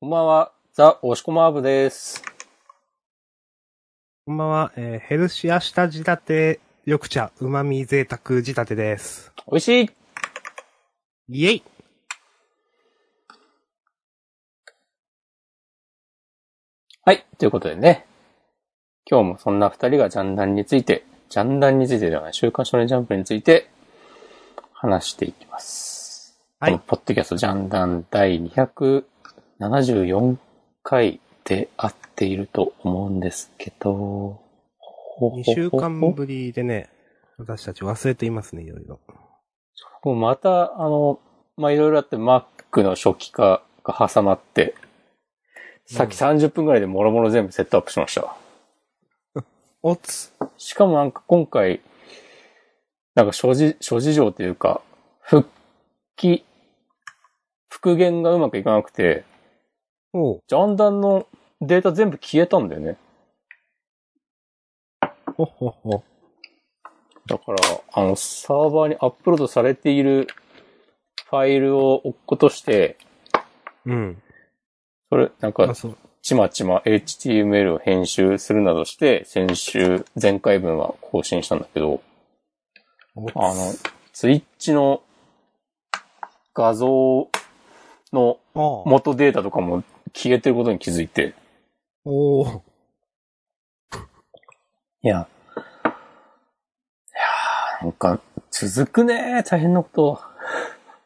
こんばんは、ザ・押し込まーぶです。こんばんは、えーヘルシア下仕立て、緑茶、旨味贅沢仕立てです。美味しいイェイはい、ということでね。今日もそんな二人がジャンダンについて、ジャンダンについてではない、週刊少年ジャンプについて話していきます。はいこのポッドキャストジャンダン第274回で合っていると思うんですけど、 !2 週間分ぶりでね、私たち忘れていますね、いろいろ。もうまた、あの、まあ、いろいろあって、Mac の初期化が挟まって、さっき30分ぐらいでもろもろ全部セットアップしました。おつしかもなんか今回、なんか諸事、諸事情というか、復帰、復元がうまくいかなくて、おうジャンダンのデータ全部消えたんだよね。ほほほ。だから、あの、サーバーにアップロードされているファイルを置くことして、うん。それ、なんかあ、、そう。ちまちま HTML を編集するなどして、先週、前回分は更新したんだけど、おつあの、ツイッチの画像のああ元データとかも消えてることに気づいて。おーいや。いやーなんか、続くねー大変なこと。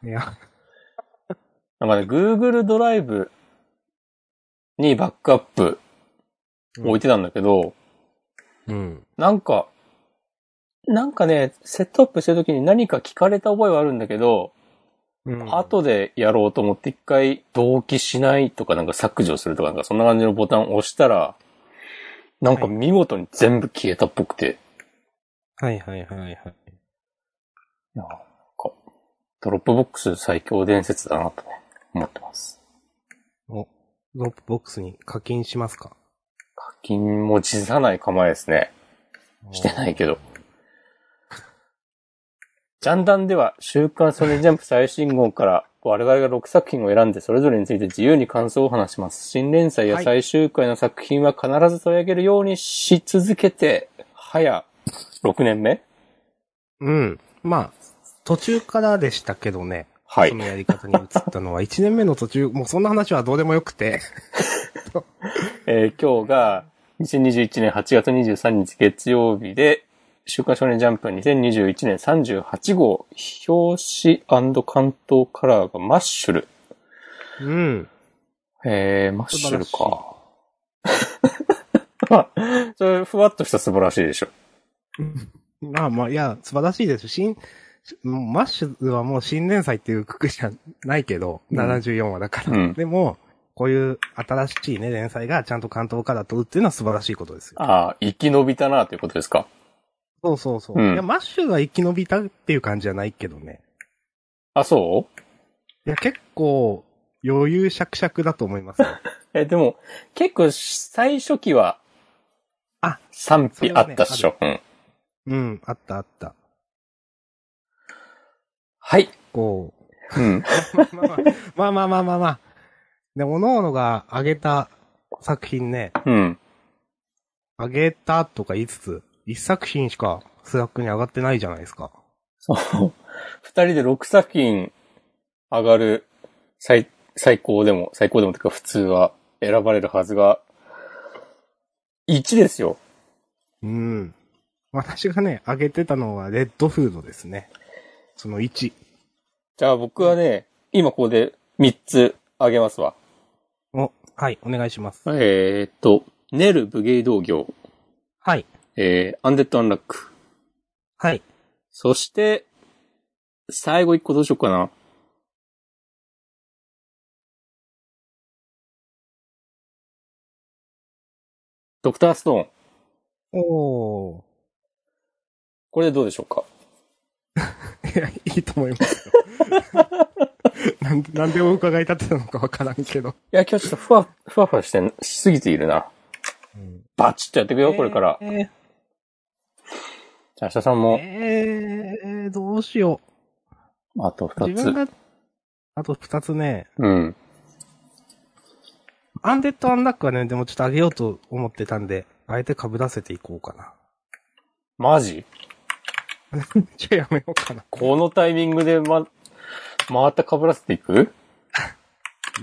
いや、なんかね、Google ドライブにバックアップ置いてたんだけど、うん。なんか、なんかね、セットアップしてるときに何か聞かれた覚えはあるんだけど、うん。後でやろうと思って一回同期しないとかなんか削除するとかなんかそんな感じのボタンを押したら、なんか見事に全部消えたっぽくて、はいはいはいはい。なんか、ドロップボックス最強伝説だなとね、思ってます。お、ドロップボックスに課金しますか。課金も辞さない構えですね。してないいけど。ジャンダンでは、週刊少年ジャンプ最新号から、我々が6作品を選んで、それぞれについて自由に感想を話します。新連載やはい最終回の作品は必ず取り上げるようにし続けて、早、6年目うん。まあ、途中からでしたけどね。はいそ。のやり方に移ったのは、1年目の途中、もうそんな話はどうでもよくて。えー今日が、2021年8月23日月曜日で、週刊少年ジャンプ2021年38号、表紙関東カラーがマッシュル。うん。えー、マッシュル素晴か。 まあ、それ、ふわっとした素晴らしいでしょ。まあまあ、いや、素晴らしいです。新、もうマッシュはもう新連載っていうくくりじゃないけど、うん74話だから。 うんでも、こういう新しいね、連載がちゃんと関東から取るっていうのは素晴らしいことですよ。ああ、生き延びたな、ということですか。そうそうそう。うんいや、マッシュが生き延びたっていう感じじゃないけどね。あ、そういや、結構、余裕しゃくしゃくだと思 いますよ。え、でも、結構、最初期は、あ、賛否あったっしょ。うん。うん、あったあった。はい。こう、うん。 まあまあまあまあまあ。で、おののが上げた作品ね、うん。上げたとか言いつつ、一作品しかスラックに上がってないじゃないですか。そう。二人で6作品上がる、最、最高でも、最高でもというか、普通は選ばれるはずが、1ですよ。うん。私がね、上げてたのはレッドフードですね。その1。じゃあ僕はね、今ここで3つあげますわ。お、はい、お願いします。えーっと、ネル武芸道業、はい、えー、アンデッドアンラック。はい。そして、最後一個どうしようかな。ドクターストーン。おこれでどうでしょうかー。いや、い いと思いますよ。 なんで、なんでお伺い立てたのかわからんけど。いや、今日ちょっとふわ、ふわふわしてん、しすぎているな。うん、バチッとやっていくよ、これから。えーじゃあ、明日さんも、えー、どうしよう。あと自2分つ。が、あと二つね、うん。アンデッドアンダックはね、でもちょっと上げようと思ってたんで、あえて被らせていこうかな。マジじゃあやめようかな。このタイミングでま、回った被らせていく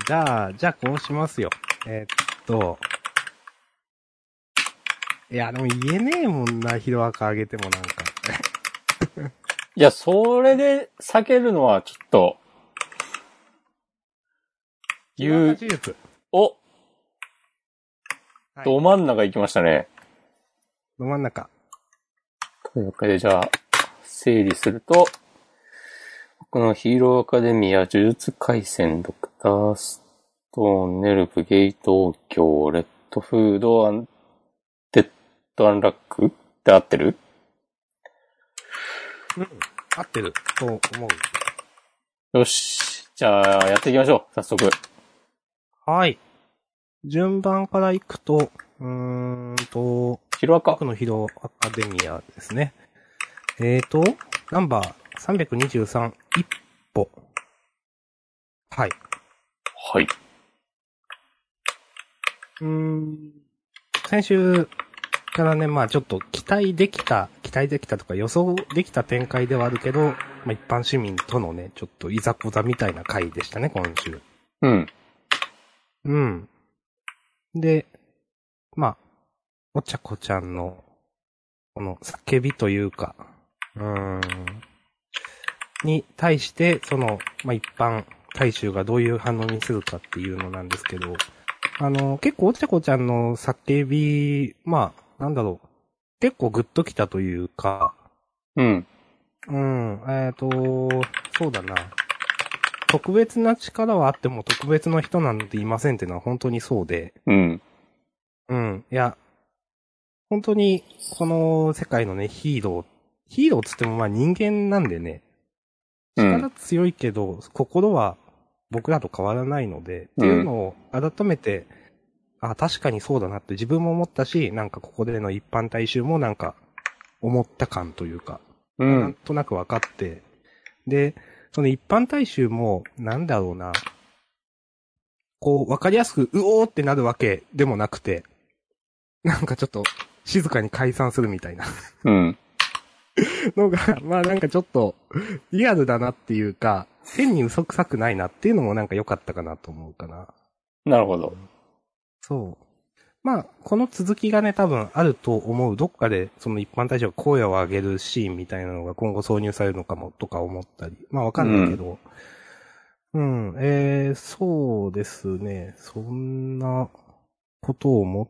じゃあ、じゃあこうしますよ。えーっと。いや、でも言えねえもんな、ヒロアカ上げてもなんか。いや、それで避けるのはちょっと、言う、ヒロアカ手術。おはいど真ん中行きましたね。ど真ん中。というわけで、じゃあ、整理すると、僕のヒーローアカデミア、呪術廻戦、ドクターストーン、ネルブ、ゲイ東京、レッドフード、アン、デッドアンラックって合ってるうん。合ってる。と思う。よし。じゃあ、やっていきましょう。早速。はい。順番から行くと、うーんと、ヒロアカ僕。のヒロアカデミアですね。えーと、ナンバー323、一歩。はい。はい。うーん。先週からね、まあちょっと期待できた、期待できたとか予想できた展開ではあるけど、まあ一般市民とのね、ちょっといざこざみたいな回でしたね、今週。うん。うん。で、まあ、お茶子ちゃんの、この叫びというか、うーん、に対して、その、まあ、一般大衆がどういう反応にするかっていうのなんですけど、あの、結構お茶子ちゃんの叫び、まあ、なんだろう、結構グッときたというか、うん。うん、えっ、と、そうだな。特別な力はあっても特別な人なんていませんっていうのは本当にそうで、うん。うん、いや、本当に、この世界のね、ヒーロー、ヒーローっつってもまあ人間なんでね、うん力強いけど、心は僕らと変わらないので、っていうのを改めて、あ、確かにそうだなって自分も思ったし、なんかここでの一般大衆もなんか、思った感というか、うなんん。となく分かって。で、その一般大衆も、なんだろうな。こう、分かりやすく、うおーってなるわけでもなくて、なんかちょっと、静かに解散するみたいなうん。のが、まあなんかちょっと、リアルだなっていうか、変に嘘くさくないなっていうのもなんか良かったかなと思うかな。なるほど。そう。まあ、この続きがね、多分あると思う。どっかで、その一般大衆が声を上げるシーンみたいなのが今後挿入されるのかも、とか思ったり。まあ、わかんないけど。うん、えー、そうですね。そんなことを思っ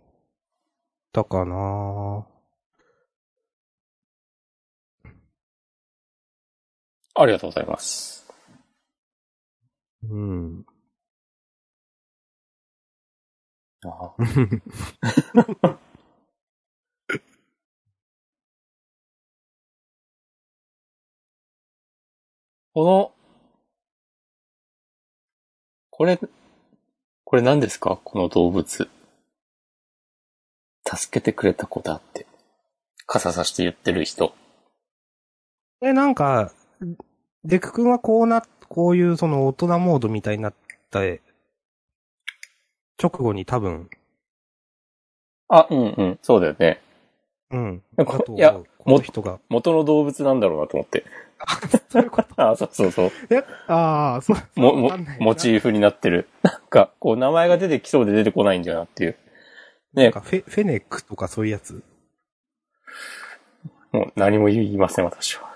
たかなありがとうございます。うん。あ この、これ、これ何ですかこの動物。助けてくれた子だって。傘さして言ってる人。え、なんか、デク君はこうな、こういうその大人モードみたいになった直後に多分、あ、うんうん、そうだよね。うん。やだこと思ういやこの人が。元の動物なんだろうなと思って。そういうこと。あ、そうそうそう。え、ああ、そう。も、わもかんない、なモチーフになってる。 なんか、こう、名前が出てきそうで出てこないんだよなっていう。なねんかフェ、フェネックとかそういうやつ。もう何も言いません、私 は。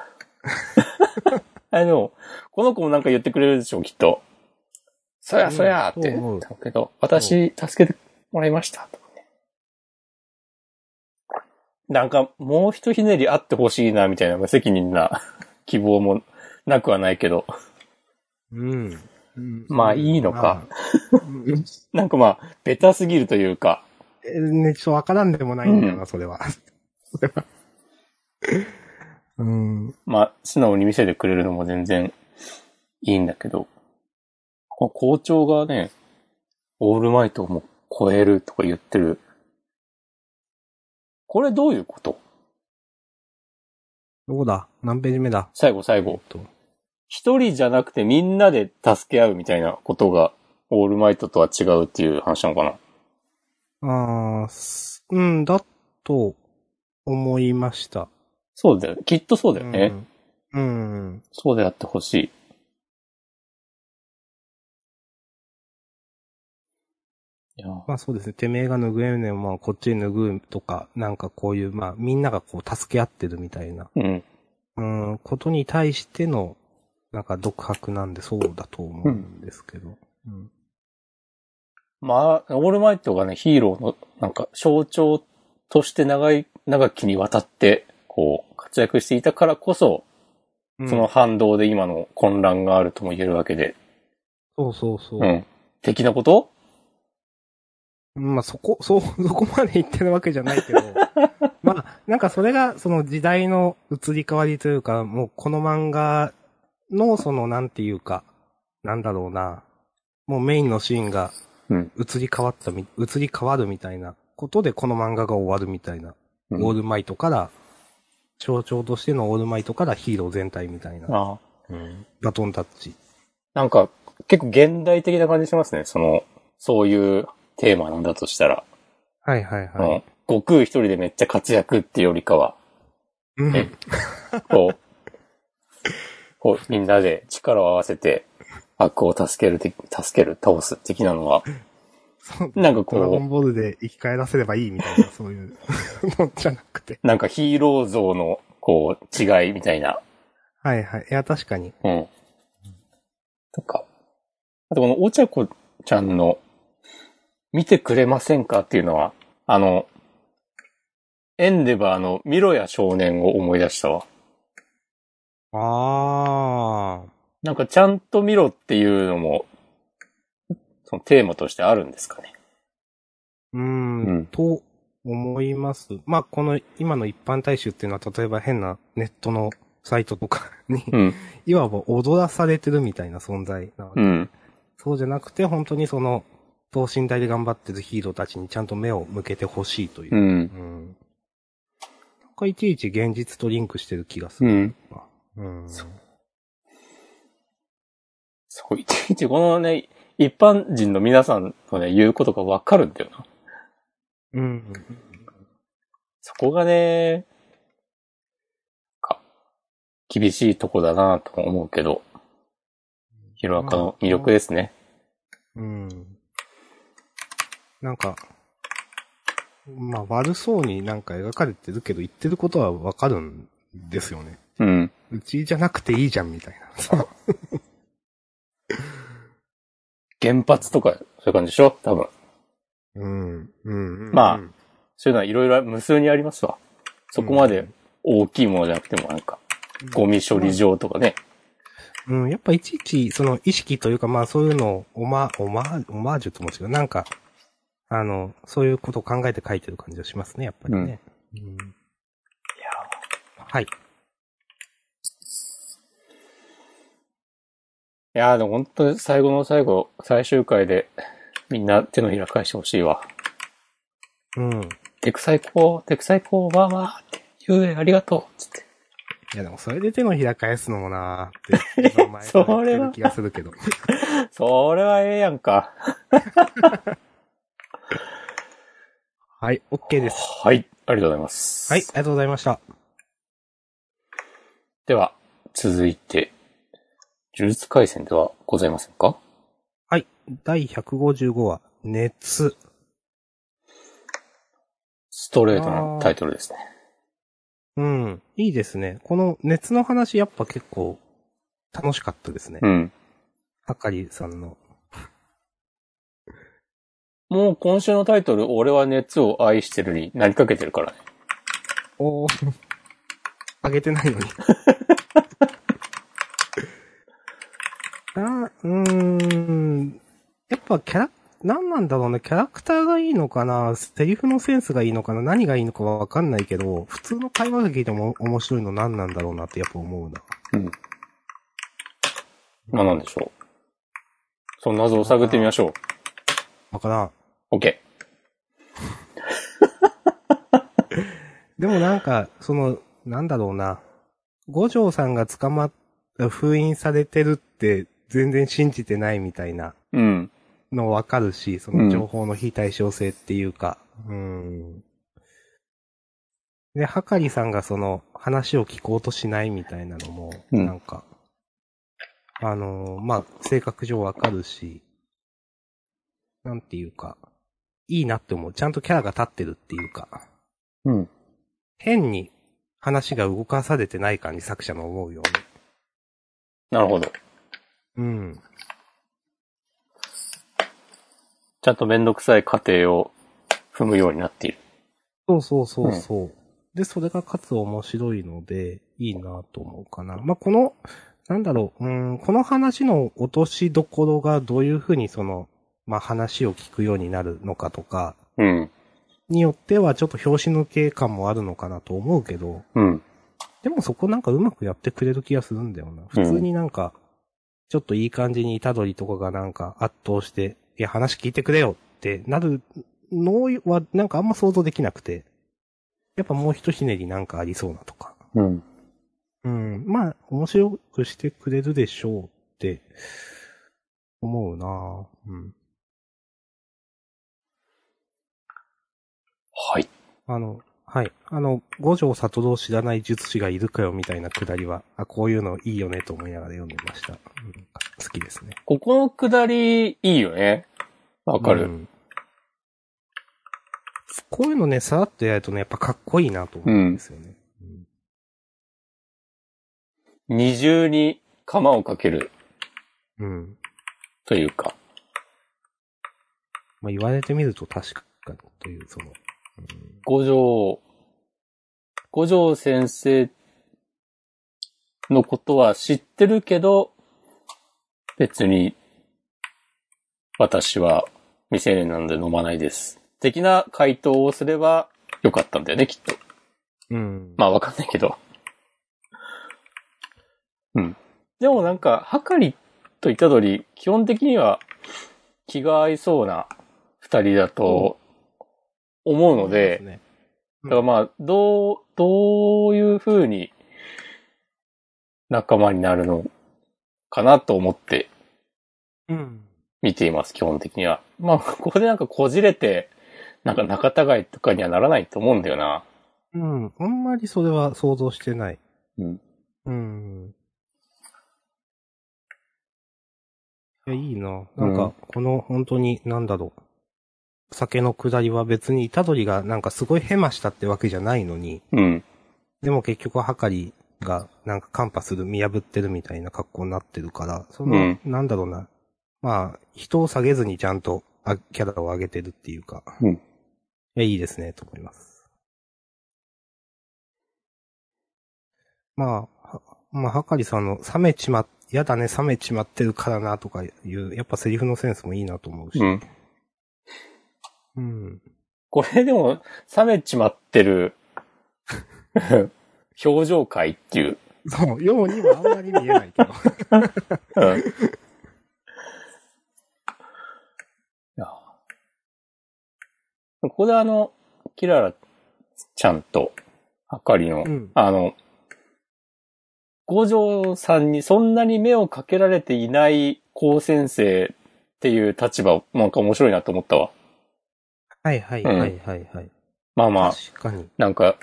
あでも、この子もなんか言ってくれるでしょう、きっと。そりうゃんそりゃーってそう思言っうたけど、私、助けてもらいました、とかね。なんか、もう一ひねりあってほしいな、みたいな無責任な希望もなくはないけど、うん。うんまあいいのか。まあうんなんかまあ、ベタすぎるというか、えーね、ちょっとわからんでもないんだような、それは。 それは。 うん。まあ、素直に見せてくれるのも全然いいんだけど、この校長がね、オールマイトをもう超えるとか言ってる。これどういうことどこだ何ページ目だ最後最後。一人じゃなくてみんなで助け合うみたいなことがオールマイトとは違うっていう話なのかな。あーすうん、だと思いました。そうだよ。きっとそうだよね。うん。うん。そうであってほしい。いや、まあそうですね。てめえが拭えねえ、まあこっちに拭うとか、なんかこういう、まあみんながこう助け合ってるみたいな、うん。うん、ことに対しての、なんか独白なんでそうだと思うんですけど。うん。まあ、オールマイトがね、ヒーローの、なんか、象徴として長い、長きにわたって、こう、活躍していたからこそ、うんその、反動で今の混乱があるとも言えるわけで、そうそうそうう。ん。的なことまあそこ、 そう、そこまで言ってるわけじゃないけ ど、まあ、なんかそれがその時代の移り変わりというか、もうこの漫画のそのなんていうか、なんだろうな、もうメインのシーンがうん移り変わったみ、移り変わるみたいなことでこの漫画が終わるみたいな、うんオールマイトから、象徴としてのオールマイトからヒーロー全体みたいな、ああうんバトンタッチ。なんか、結構現代的な感じしますね。その、そういうテーマなんだとしたら。はいはいうんはい。悟空一人でめっちゃ活躍っていうよりかは、うんえこう、こう、みんなで力を合わせて、悪を助ける的、助ける、倒す的なのは、そうなんか ドラゴンこボールで生き返らせればいいみた いな、そういうのじゃなくて。う、なんかヒーロー像の、こう、違いみたいな。はいはい。いや、確かに。うん。とか。あとこの、お茶子ちゃんの、見てくれませんかっていうのは、あの、エンデバーのミロや少年を思い出したわ。ああ。なんかちゃんと見ろっていうのも、そのテーマとしてあるんですかね。ううんん、と思います。まあ、この今の一般大衆っていうのは、例えば変なネットのサイトと かに、うん。いわば踊らされてるみたいな存在なわけ。うん。そうじゃなくて、本当にその、等身大で頑張ってるヒーローたちにちゃんと目を向けてほしいというう。ん。うん。なんかいちいち現実とリンクしてる気がすうる。ん。うん。そうすごい。いちいちこのね、一般人の皆さんのね、言うことがわかるんだよな。うん。そこがね、か、厳しいとこだなとも思うけど、ヒロアカの魅力ですね。うん。なんか、まあ悪そうになんか描かれてるけど、言ってることはわかるんですよね。うん。うちじゃなくていいじゃんみたいな。原発とか、そういう感じでしょ多分。うん。うん。まあうんそういうのはいろいろ無数にありますわ。そこまで大きいものじゃなくても、なんか、ゴミ処理場とかね。うん、やっぱいちいち、その意識というか、まあそういうのを、オマ、オマ、オマージュとも違う。なんか、あの、そういうことを考えて書いてる感じがしますね、やっぱりね。うん。いやはい。いやーでも本当に最後の最後、最終回でみんな手のひら返してほしいわ。うん。いテクサイコー、テクサイコー、わーわーって、ゆうえありがとう、つって。やでもそれで手のひら返すのもなーって、今前から言ってる気がするけど。それはええやんか。はい、OK です。はい、ありがとうございます。はい、あり。がとうございました。では、続いて、呪術回戦ではございませんかはい、第155話、熱。ストレートなタイトルですね。うん、いいですね。この熱の話やっぱ結構楽しかったですねう。ん。はかりさんの。もう今週のタイトル、俺は熱を愛してるになりかけてるからね。おー。あげてないのに。あうーん。やっぱキャラ、何なんだろうね。キャラクターがいいのかなセリフのセンスがいいのかな何がいいのかはわかんないけど、普通の会話が聞いても面白いの何なんだろうなってやっぱ思うな。うん。まあなんでしょう。その謎を探ってみましょわからん。う。OK。でもなんか、その、なんだろうな。五条さんが捕まっ、封印されてるって全然信じてないみたいなうん。のわかるし、その情報の非対称性っていうか、うん。で、はかりさんがその話を聞こうとしないみたいなのも、うんなんか、あのーまあ、性格上わかるし、なんていうか、いいなって思う。ちゃんとキャラが立ってるっていうか、うん。変に話が動かされてない感に作者の思うように。なるほど。うん。ちゃんとめんどくさい過程を踏むようになっている。そうそうそうそう。で、それがかつ面白いので、いいなと思うかな。まあ、この、なんだろう、うーん、この話の落としどころがどういうふうにその、まあ、話を聞くようになるのかとか、うん。によってはちょっと表紙抜け感もあるのかなと思うけど、うん。でもそこなんかうまくやってくれる気がするんだよな。普通になんか、ちょっといい感じにイタドリとかがなんか圧倒して、いや話聞いてくれよってなるのはなんかあんま想像できなくて。やっぱもう一ひねりなんかありそうなとか。うん。うん。まあ、面白くしてくれるでしょうって思うなうん。はい。あの、はい。あの、五条悟を知らない術師がいるかよみたいなくだりは、あ、こういうのいいよねと思いながら読んでました。うん、好きですね。ここのくだり、いいよね。わかる。うんこういうのね、さらっとやるとね、やっぱかっこいいなと思うんですよね。うん二重に釜をかけるうん。というか。まあ、言われてみると確かに、という、その、うん五条、五条先生のことは知ってるけど、別に私は未成年なので飲まないです。的な回答をすればよかったんだよね、きっと。うん。まあわかんないけど。うん。でもなんか、はかりといたどり、基本的には気が合いそうな二人だと思うので、そうすねだからまあ、どう、どういう風に仲間になるのかなと思ってうん。見ています、基本的には。まあ、ここでなんかこじれて、なんか仲違いとかにはならないと思うんだよな。うん。あんまりそれは想像してない。うん。うん。いや、いいな。なんうんか、この、本当に、なんだろう。酒の下りは別に、イタドリがなんかすごいヘマしたってわけじゃないのに、うん。でも結局、はかりが、なんか、カンパする、見破ってるみたいな格好になってるから、その、うんなんだろうな。まあ、人を下げずにちゃんと、あキャラを上げてるっていうか。うんいや、いいですね、と思います。まあ、はまあ、はかりさんの、冷めちま、やだね、冷めちまってるからな、とかいう、やっぱセリフのセンスもいいなと思うし。うん。うん。これでも、冷めちまってる、表情会っていう。そう、ようにはあんまり見えないけど。うん。いやここであの、キララちゃんと、あかりの、うんあの、五条さんにそんなに目をかけられていない高先生っていう立場、なんか面白いなと思ったわ。 はいはいはいはいはい。まあまあ、確かに。なんか、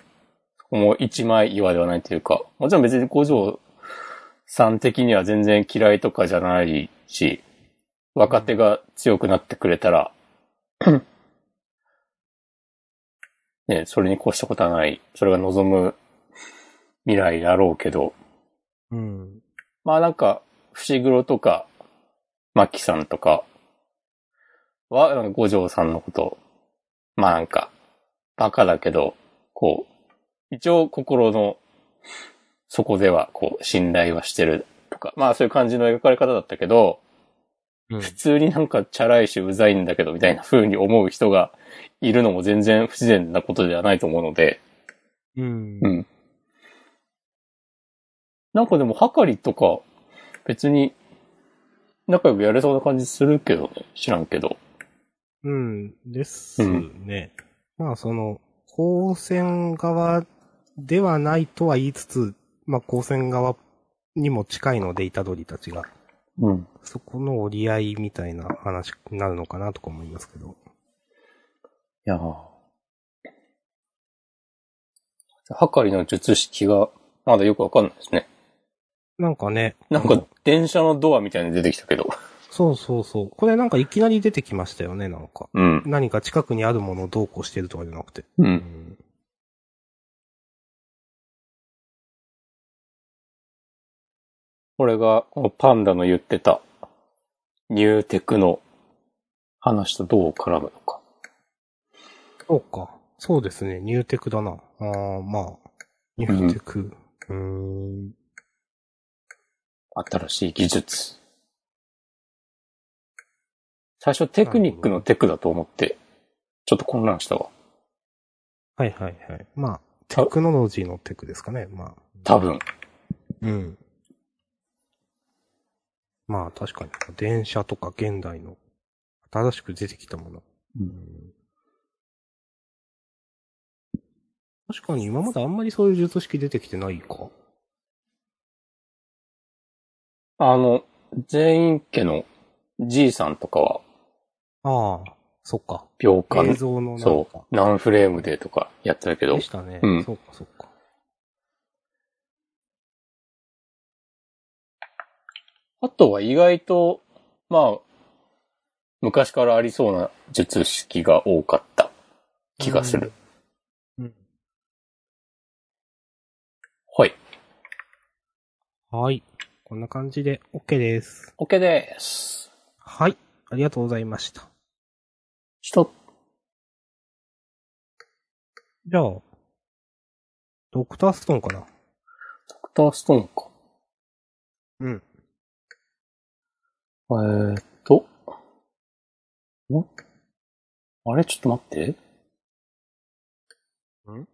もう一枚岩ではないというか、もちろん別に五条さん的には全然嫌いとかじゃないし、若手が強くなってくれたら、ね、それに越したことはない、それが望む未来だろうけど、うん。まあなんか、伏黒とか、マキさんとかは、なんか五条さんのこと、まあなんか、バカだけど、こう、一応心の底では、こう、信頼はしてるとか、まあそういう感じの描かれ方だったけど、うん普通になんかチャラいしうざいんだけどみたいな風に思う人がいるのも全然不自然なことではないと思うので、うんう。ん。なんかでも、はかりとか、別に、仲良くやれそうな感じするけどね。知らんけど。うん。ですね。まあ、その、高専側ではないとは言いつつ、まあ、高専側にも近いので、イタドリたちが。うん。そこの折り合いみたいな話になるのかなとか思いますけど。いやーはかりの術式が、まだよくわかんないですね。なんかね。なんか、電車のドアみたいに出てきたけど。そうそうそう。これなんかいきなり出てきましたよね、なんか。うん。何か近くにあるものをどうこうしてるとかじゃなくて。う。うんん。これが、このパンダの言ってた、ニューテクの話とどう絡むのか。そうか。そうですね。ニューテクだな。ああ、まあ。ニューテク。うーん。新しい技術。最初テクニックのテクだと思って、ちょっと混乱したわ。はいはいはい。まあ、たテクノロジーのテクですかね。まあ。多分。うん。まあ確かに、電車とか現代の、新しく出てきたもの。確かに今まであんまりそういう術式出てきてないか。あの、全員家のじいさんとかはああ、そっか。秒間、映像のなんか。そう、何フレームでとかやってたけどで、したね。うんそうかそうか。あとは意外と、まあ、昔からありそうな術式が多かった気がする。うん。はい。はい。こんな感じで OK です。 OK です。はい。ありがとうございました。一じゃあ、ドクターストーンかな。ドクターストーンか。うん。えーっと。んあれちょっと待って。ん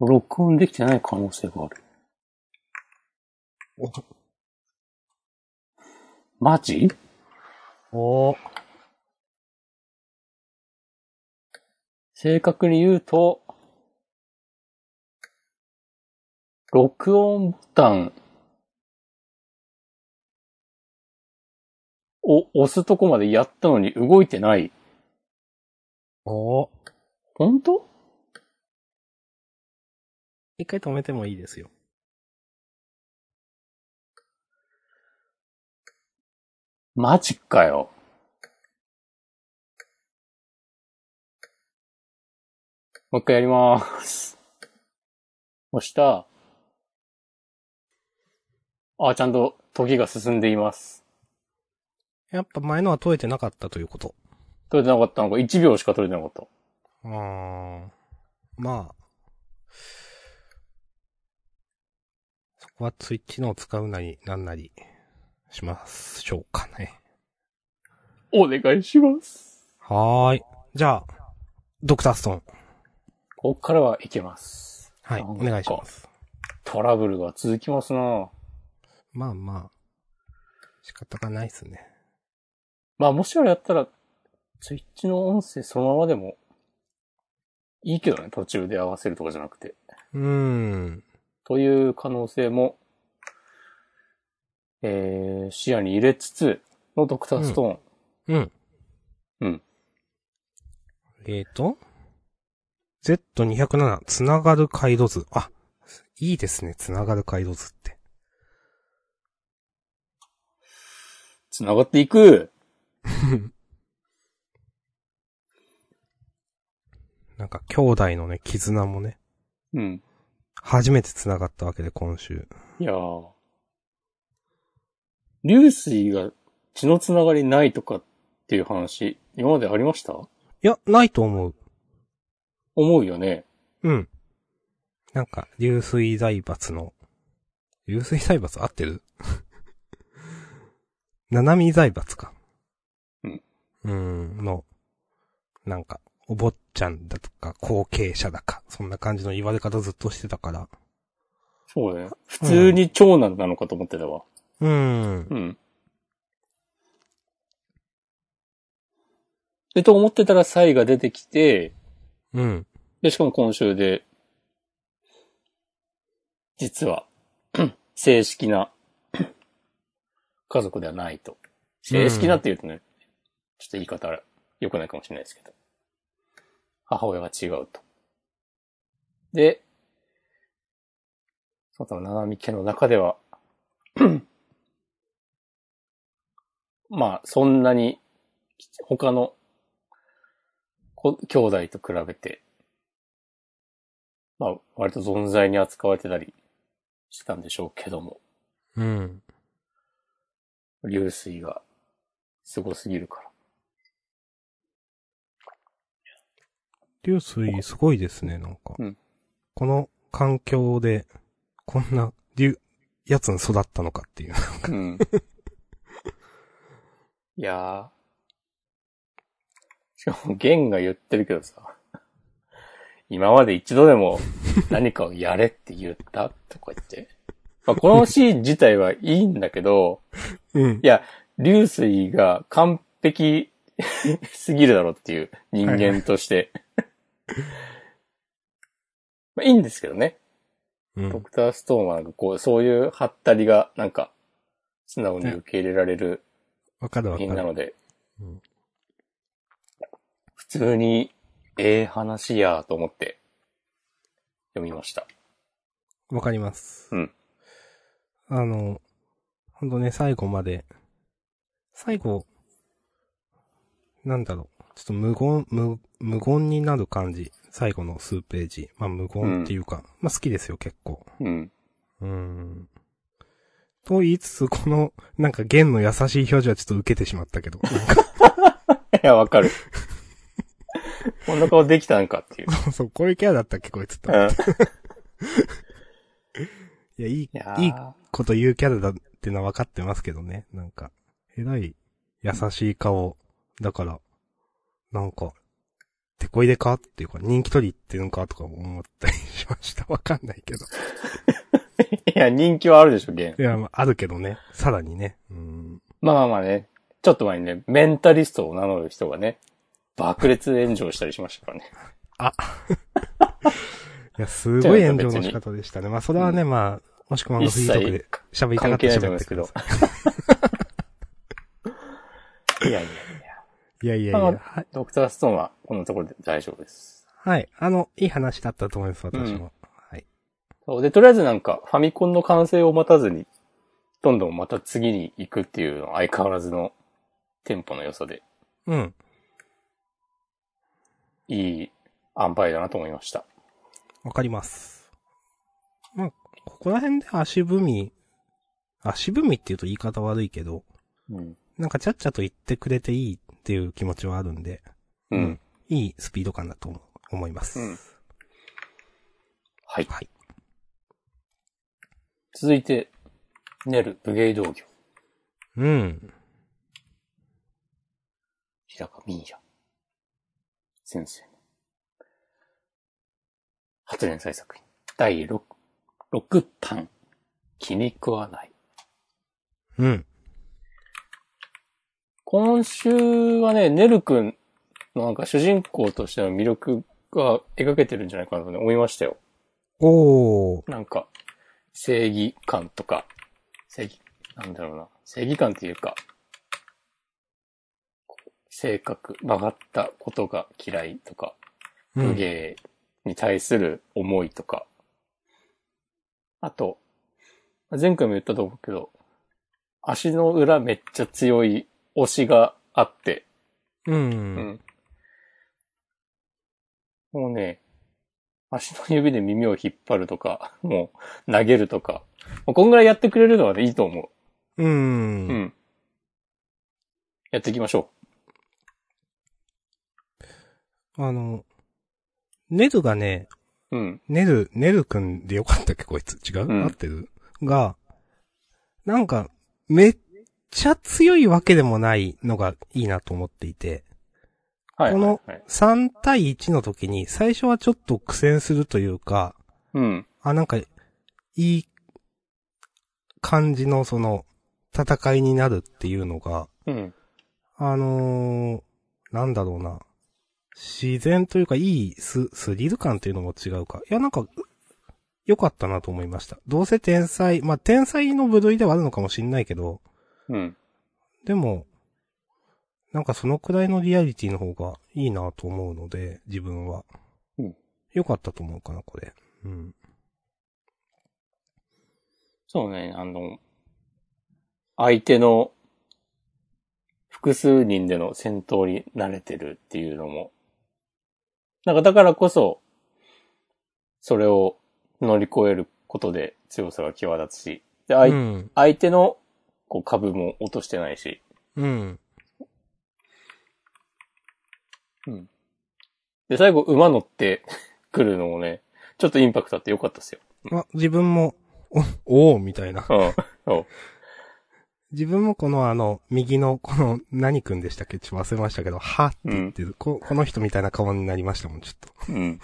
録音できてない可能性がある。おマジおー正確に言うと、録音ボタンを押すとこまでやったのに動いてない。おー本当一回止めてもいいですよ。マジかよ。もう一回やります。押した。あ、ちゃんと時が進んでいます。やっぱ前のは取れてなかったということ。取れてなかったのか、1秒しか取れてなかった。うーん。まあ。そこはツイッチのを使うなり、なんなり、しましょうかね。お願いします。はーい。じゃあ、ドクターストーン。ここからはいけます。はい、なんおか願いします。トラブルが続きますなまあまあ。仕方がないっすね。まあ、もしあれやったら、ツイッチの音声そのままでも、いいけどね、途中で合わせるとかじゃなくて。うーん。という可能性も、えー、視野に入れつつのドクターストーン。うん。うん。えーと。Z207、つながる回路図。あ、いいですね、つながる回路図って。つながっていくなんか兄弟のね、絆もね、うん。初めて繋がったわけで、今週。いやー。流水が血のつながりないとかっていう話、今までありましたいや、ないと思う。思うよね。うん。なんか、流水財閥の、流水財閥合ってる 七海財閥か。うん。うーん、の、なんか、お坊ちゃんだとか、後継者だか、そんな感じの言われ方ずっとしてたから。そうだね。普通に長男なのかと思ってたわ。うーん。うん。で、と思ってたらサイが出てきて、うん。で、しかも今週で、 実は、正式な 家族ではないと。正式なって言うとね、ちょっと言い方良くないかもしれないですけど。母親が違うと。で、その他の七海家の中では、 まあ、そんなに、他のこ、兄弟と比べて、まあ、割と存在に扱われてたりしてたんでしょうけども、うん。流水がすごすぎるから。流水すごいですね、なんか。うんこの環境で、こんな、流、やつに育ったのかっていう。うん。 いやー。しかも、ゲンが言ってるけどさ、今まで一度でも何かをやれって言ったとか言って。まあ、このシーン自体はいいんだけど、うんい。や、流水が完 璧すぎるだろっていう人間として。 まあ、いいんですけどね。うんドクターストーンはなんかこう、そういうハったりが、なんか、素直に受け入れられるわかるわか品なる。のでうん、普通に、ええ話やと思って、読みました。わかります。うん。あの、ほんとね、最後まで、最後、なんだろう、ちょっと無言、無、無言になる感じ。最後の数ページ。まあ無言っていうか、まあ好きですよ、結構。うん。 うん。と言いつつ、この、なんか、弦の優しい表情はちょっと受けてしまったけど。 なんかいや、わか る。こんな顔できたんかっていう。そう、こういうキャラだったっけ、こいつって。 ういん。いや、いい、やいいーこと言うキャラだってのは分かってますけどね。なんか、えらい、優しい顔。だから、なんか、てこいでかっていうか、人気取りってんかとか思ったりしました。 わかんないけど。いや、人気はあるでしょ、ゲンい。や、まあ、あるけどね。さらにね。うん。まあまあまあね、ちょっと前にね、メンタリストを名乗る人がね、爆裂炎上したりしましたからね。いや、すごい炎上の仕方でしたね。まあ、それはね、まあ、もしくはのフリートークで喋りたかったら喋ってください。いやいやいや。いやいやいや。あはいドクターストーンはこんなところで大丈夫です。はい。あの、いい話だったと思います、私も。はい。そうで、とりあえずなんか、ファミコンの完成を待たずに、どんどんまた次に行くっていうのは相変わらずのテンポの良さで、うん。いい塩梅だなと思いました。わかります。まあ、ここら辺で足踏み、足踏みって言うと言い方悪いけど、うん。なんかちゃっちゃと言ってくれていいっていう気持ちはあるんで、うん。いいスピード感だと思思います。うんはい。はい。続いて、ネル、武芸道業、うん。平川民也。先生の。初連載作品。第 6, 6巻。気に食わない。うん。今週はね、ねるくんのなんか主人公としての魅力が描けてるんじゃないかなとね思いましたよ。おー。なんか、正義感とか、正義、なんだろうな。正義感っていうか、性格、曲がったことが嫌いとか、う武ん。芸に対する思いとか。あと、前回も言ったと思うけど、足の裏めっちゃ強い推しがあって、うん。もうね、足の指で耳を引っ張るとか、もう投げるとか、もうこんぐらいやってくれるのはね、いいと思うう。ん。ん。やっていきましょあの、ネルがね、う。うん。ネル、ネルくんでよかったっけこいつ。違う、うん合ってるが、なんか、めっちゃ強いわけでもないのがいいなと思っていて、はい、このはいはい。 3対1の時に最初はちょっと苦戦するというか、うん。あ、なんか、いい感じのその、戦いになるっていうのが、うん。あのー、なんだろうな。自然というか、いいス、スリル感というのも違うか。いや、なんか、良かったなと思いました。どうせ天才、まあ、天才の部類ではあるのかもしんないけど、うん。でも、なんかそのくらいのリアリティの方がいいなと思うので、自分は。うんよかったと思うかな、これ。うん。そうね、あの、相手の複数人での戦闘に慣れてるっていうのも、なんかだからこそ、それを乗り越えることで強さが際立つし、で、相うん。相手のこう株も落としてないし、うん。で、最後馬乗って 来るのもね、ちょっとインパクトあってよかったですよ。ま、自分も、お、おーみたいな。うん。そう自分もこのあの、右の、この、何くんでしたっけちょっと忘れましたけど、はって言ってる、こ。この人みたいな顔になりましたもん、ちょっと。うん。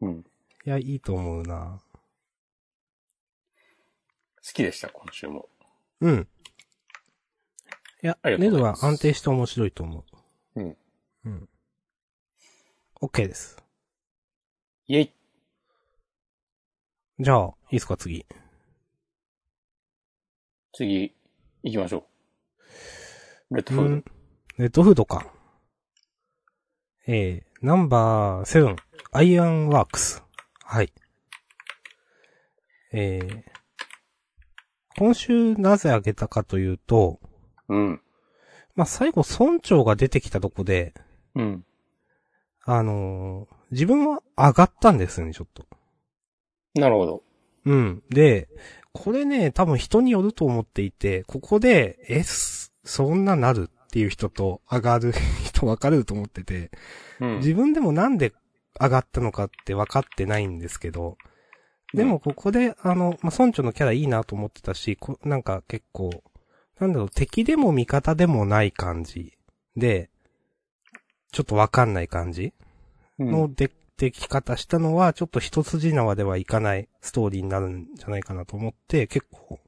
うん。好いや、いいと思うなきでした、今週も。うん。いや、ありがとネうございドまはす安定して面白いと思う。うん。うん。OK です。イェイじゃあ、いいですか、次。次、行きましょう。レッドうフーん。レッドフードか。えー、ナンバー7、アイアンワークス。はい。えー、今週なぜあげたかというと、ド。うん。まあ、最後村長が出てきたとこで、うん。あのー自分は上がったんですよね、ちょっと。なるほど。うん。で、これね、多分人によると思っていて、ここで、え、そそんななるっていう人と上がる人分かれると思ってて、うん。自分でもなんで上がったのかって分かってないんですけど、でもここで、あの、まあ、村長のキャラいいなと思ってたし、こなんか結構、なんだろう、敵でも味方でもない感じで、ちょっとわかんない感じうん、ので、でき方したのは、ちょっと一筋縄ではいかないストーリーになるんじゃないかなと思って、結構、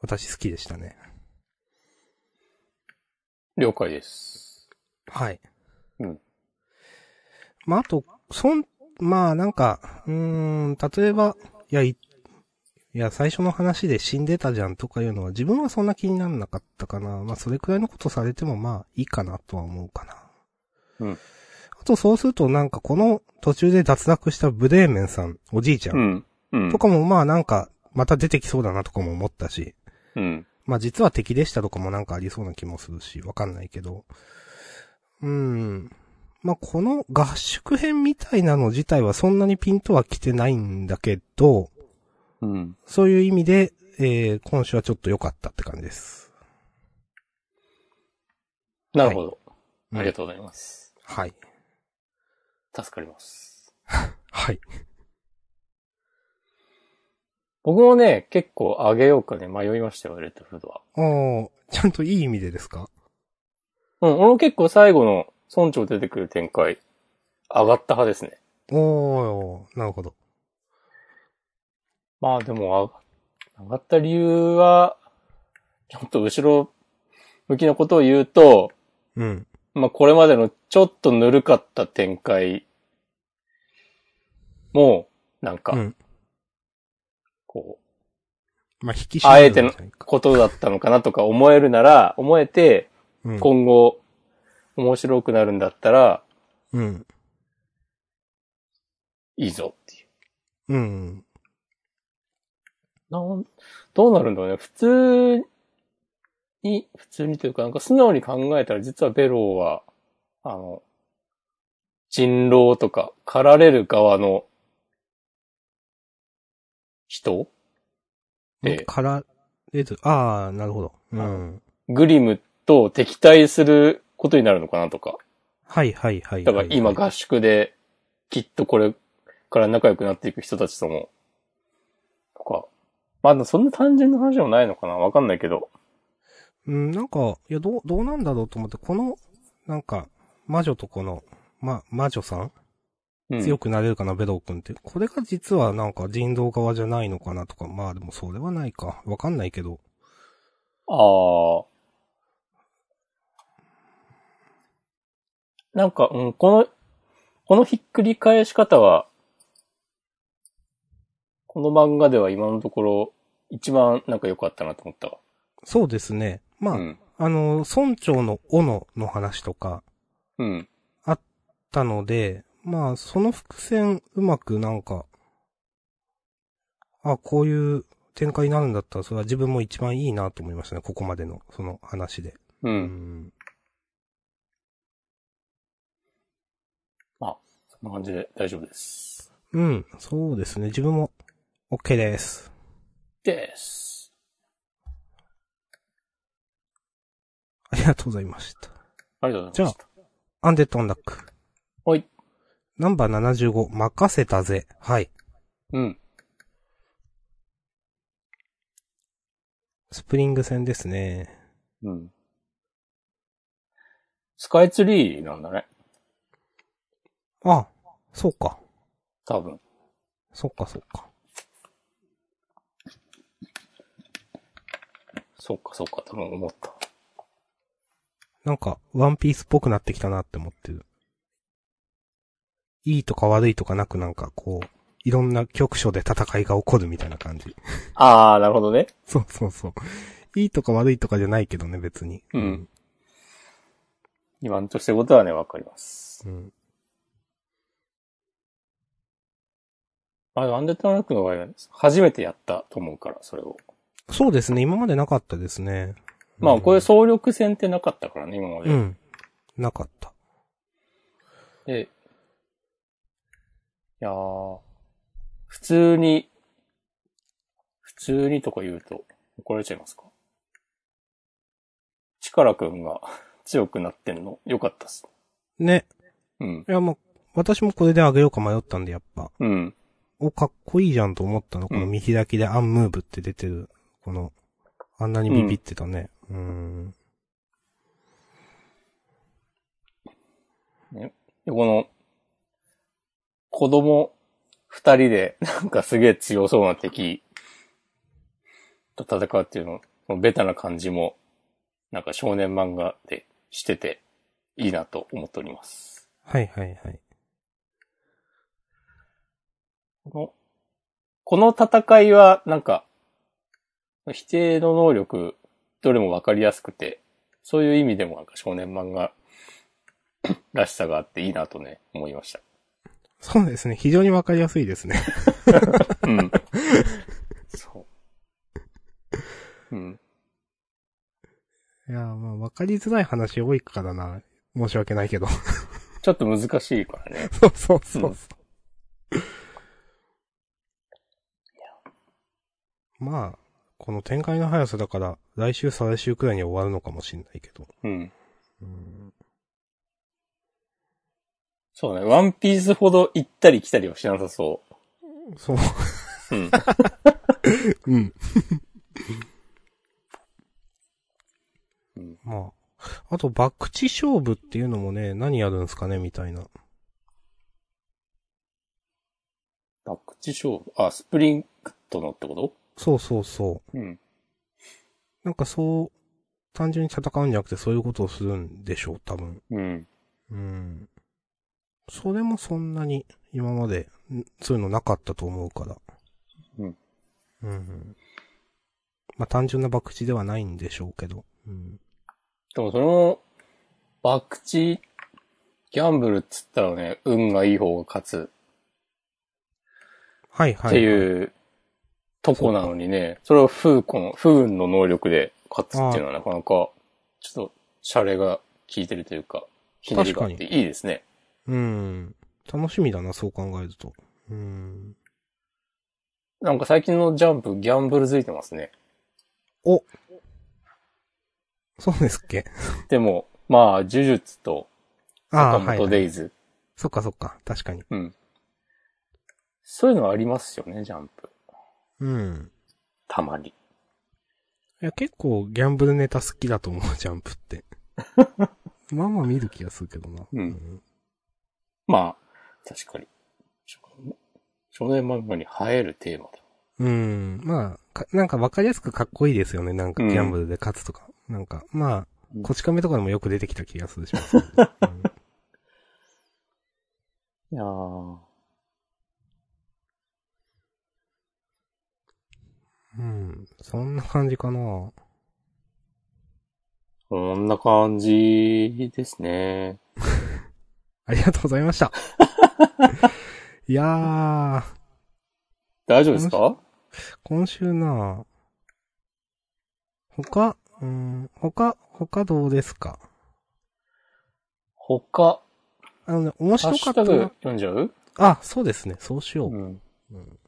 私好きでしたね。了解です。はい。うん。まあ、あと、そん、まあ、なんか、うーん、例えば、いや、い、いや、最初の話で死んでたじゃんとかいうのは、自分はそんな気になんなかったかな。まあ、それくらいのことされても、まあ、いいかなとは思うかな。うん。あと、そうすると、なんか、この途中で脱落したブレーメンさん、おじいちゃ、うんん。うんと。かも、まあ、なんか、また出てきそうだなとかも思ったし。うん。まあ実は敵でしたとかもなんかありそうな気もするし、わかんないけど。うーん。まあこの合宿編みたいなの自体はそんなにピンとは来てないんだけど、うん。そういう意味で、えー、今週はちょっと良かったって感じです。なるほど。うんありがとうございます。はい。助かります。はい。僕もね、結構あげようかね、迷いましたよ、レッドフードは。あー、ちゃんといい意味でですかうん、俺も結構最後の村長出てくる展開、上がった派ですね。おー、なるほど。まあでも上が、上がった理由は、ちょっと後ろ向きなことを言うと、うん。まあこれまでのちょっとぬるかった展開も、なんうか、ん。こう、まあ、引き締あえてのめるみたいなことだったのかなとか思えるなら、思えて、うん。今後、面白くなるんだったら、うん。いいぞっていう。うん。なん、どうなるんだろうね。普通に、普通にというか、なんか素直に考えたら実はベローは、あの、人狼とか、狩られる側の人ええから、えず、あー、なるほど。うん。グリムと敵対することになるのかなとか。はいはいはいはい。だから今合宿で、きっとこれから仲良くなっていく人たちとも、とか。まあ、そんな単純な話でもないのかなわかんないけど。うん、なんか、いや、どう、どうなんだろうと思って、この、なんか、魔女とこの、ま、魔女さんうん強くなれるかな、ベロー君って。これが実はなんか人道側じゃないのかなとか、まあでもそれはないか。わかんないけど。ああ。なんか、うん、この、このひっくり返し方は、この漫画では今のところ、一番なんか良かったなと思ったわ。そうですね。まあ、うん。あの、村長の斧の話とか、うん。あったので、まあ、その伏線うまくなんか、あ、こういう展開になるんだったら、それは自分も一番いいなと思いましたね、ここまでの、その話で。う。うんん。そんな感じで大丈夫です。うん、そうですね、自分も、OK です。です。ありがとうございました。ありがとうございました。アンデッドアンダック。はい。ナンバー75、任せたぜ。はい。うん。スプリング戦ですね。うん。スカイツリーなんだね。あ、そうか。多分。そっかそっか。そっかそっか、多分思った。なんか、ワンピースっぽくなってきたなって思ってる。いいとか悪いとかなくなんかこう、いろんな局所で戦いが起こるみたいな感じ。あー、なるほどね。そうそうそう。いいとか悪いとかじゃないけどね、別に。うん。言わんとしてることはね、わかります。うん。あ、でもアンデッドナックの場合は、初めてやったと思うから、それを。そうですね、今までなかったですね。まあ、こういうそ総力戦ってなかったからね、今まで。うん。なかった。で、いやー、普通に、普通にとか言うと怒られちゃいますか力くんが 強くなってんの良かったっす。ね。うん。いや、まあ、私もこれであげようか迷ったんで、やっぱ。うん。お、かっこいいじゃんと思ったの。こうのん見開きでアンムーブって出てる。この、あんなにビビってたね。うーん。で、この、子供二人で、なんかすげえ強そうな敵と戦うっていうの、このベタな感じも、なんか少年漫画でしてて、いいなと思っております。はいはいはい。この、この戦いは、なんか、否定の能力、どれもわかりやすくて、そういう意味でもなんか少年漫画 らしさがあっていいなとね、思いました。そうですね。非常にわかりやすいですね。 うん。そう。うん。いやー、まあ、わかりづらい話多いからな。申し訳ないけど。ちょっと難しいからね。そうそうそうそう。まあ、この展開の速さだから、来週再来週くらいには終わるのかもしれないけど。うん。うん。そうね。ワンピースほど行ったり来たりはしなさそそう。う。うん。うんうん。 まあ。あと、バクチ勝負っていうのもね、何やるんすかね、みたいな。バクチ勝負。あ、スプリントのってことそうそうそう。うん。なんかそう、単純に戦うんじゃなくてそういうことをするんでしょう、多分。うん。うん。それもそんなに今まで、んそういうのなかったと思うから。うん。うん。まあ単純な博打ではないんでしょうけど。うん。でもその、バクチ、ギャンブルっつったらね、運がいい方が勝つはいはい、ってう。いうとこなのにね、それを風この、不運の能力で勝つっていうのはなかなか、ちょっと、シャレが効いてるというか、ひねりがあっていいですね。うん。楽しみだな、そう考えると。うん。なんか最近のジャンプ、ギャンブルづいてますね。そうです っけでも、まあ、呪術と、あ岡あ、はい、本はい。デイズ、そっかそっか。確かに。うん。そういうのありますよね、ジャンプ。うん。たまに。いや、結構ギャンブルネタ好きだと思う、ジャン プって。まあまあ見る気がするけどな。うんん。まあ、確かに。少年漫画に映えるテーマだ。うん。まあ、かなんかわかりやすくかっこいいですよね。なんかうんギャンブルで勝つとか。なんか、まうんあ、こち亀とかでもよく出てきた気がするします、うんいやーうん。 そんな感じかな。こんな感じですね。ありがとうございま した。いやー、大丈夫ですか今週な他、うん、他、他どうですか他、あのね、ハ面ッ白シかュっタたグな。読んじゃうあ、そうですね、そうしよう。ん。うん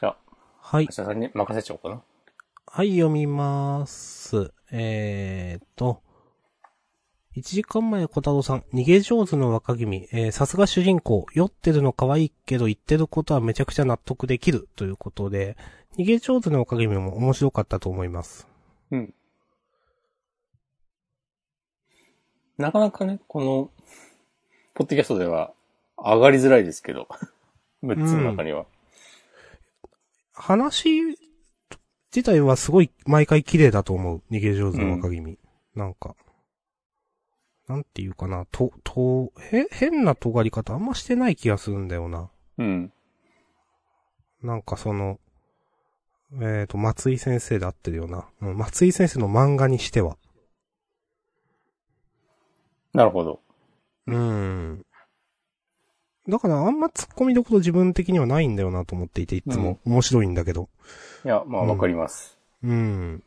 じゃあ、はい橋田。さんに任せちゃおうかな。はい、読みます。えーっと。1時間前、小太郎さん、逃げ上手の若君、えーさすが主人公、酔ってるの可愛いけど言ってることはめちゃくちゃ納得できるということで、逃げ上手の若君も面白かったと思います。うん。なかなかね、この、ポッドキャストでは上がりづらいですけど、6つの中には。話自体はすごい毎回綺麗だと思う、逃げ上手の若君。なんか、なんていうかな、と、と、へ、変な尖り方あんましてない気がするんだよな。うん。なんかその、えっ、と、松井先生で合ってるよな。うん、松井先生の漫画にしては。なるほど。うん。だからあんま突っ込みどころ自分的にはないんだよなと思っていて、いつも面白いんだけど。いや、まあ、うんわかります。うん。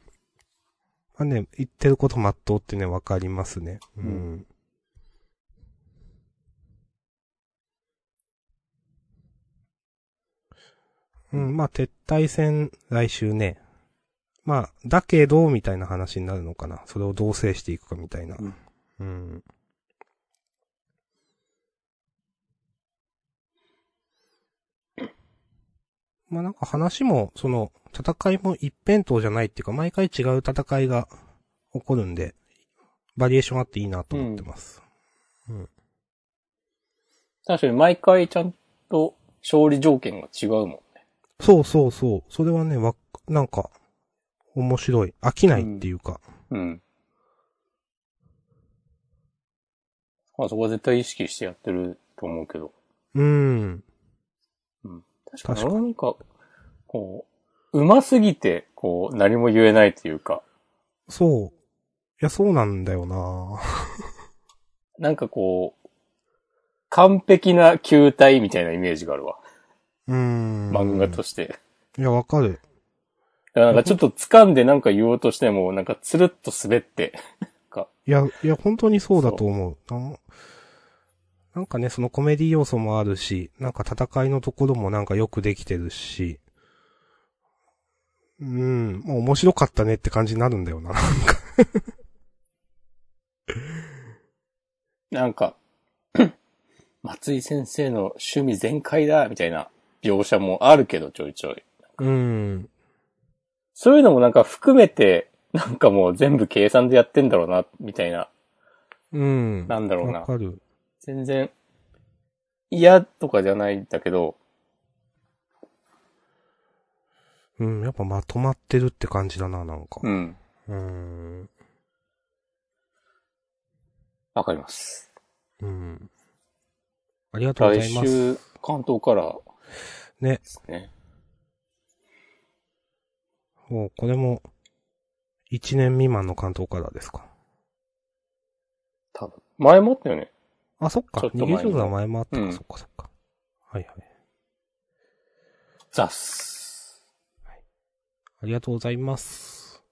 あね、言ってることまっとうってね、わかりますね。うん。ううん、まあ、撤退戦、来週ね。まあ、だけど、みたいな話になるのかな。それをどう制していくかみたいな。うんうん。 まあなんか話も、その、戦いも一辺倒じゃないっていうか、毎回違う戦いが起こるんで、バリエーションあっていいなと思ってます。確かに毎回ちゃんと勝利条件が違うもんね。そうそうそう。それはね、わ、なんか、面白い。飽きないっていうか。うん。まあ、そこは絶対意識してやってると思うけど。うん。確か確に。なんか、こう、うますぎて、こう、何も言えないというか、そう。いや、そうなんだよななんかこう、完璧な球体みたいなイメージがあるわ。うん。漫画として。いや、わかる。だからなんかちょっと掴んでなんか言おうとしても、なんかつるっと滑って、いや、いや、本当にそうだと思う。ななんかね、そのコメディ要素もあるし、なんか戦いのところもなんかよくできてるし、うん、もう面白かったねって感じになるんだよな。なんか、 松井先生の趣味全開だ、みたいな描写もあるけど、ちょいちょい。うん。そういうのもなんか含めて、なんかもう全部計算でやってんだろうな、みたいな。うん。なんだろうなわかる。全然、嫌とかじゃないんだけど、うん、やっぱまとまってるって感じだな、なんか。ん。うん。わかります。うん。ありがとうご来ざいます。週、関東からねで。すね。もう、これも、1年未満の関東からですか。多分。前もあったよね。あ、そっか。ちょっと前逃にげ上手は前もあったか、うんそっかそっか。はいはい。ザッス。ありがとうございます。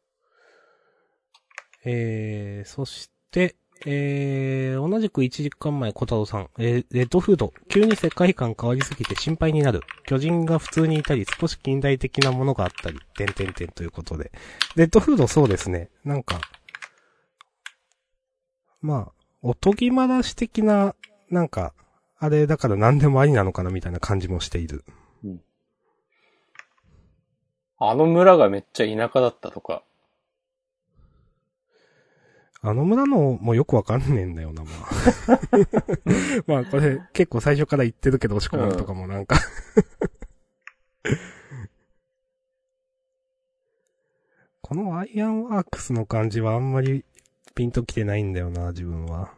えー、そして、えー、同じく1時間前、小太郎さん。えー、レッドフード。急に世界観変わりすぎて心配になる。巨人が普通にいたり、少し近代的なものがあったり、点々点ということで。レッドフードそうですね。なんか、まあ、おとぎ話的な、なんか、あれだから何でもありなのかなみたいな感じもしている。あの村がめっちゃ田舎だったとか。あの村のもよくわかんねえんだよな、まあ。 まあこれ結構最初から言ってるけど押し込まるとかもなんか、 このアイアンワークスの感じはあんまりピンときてないんだよな、自分は。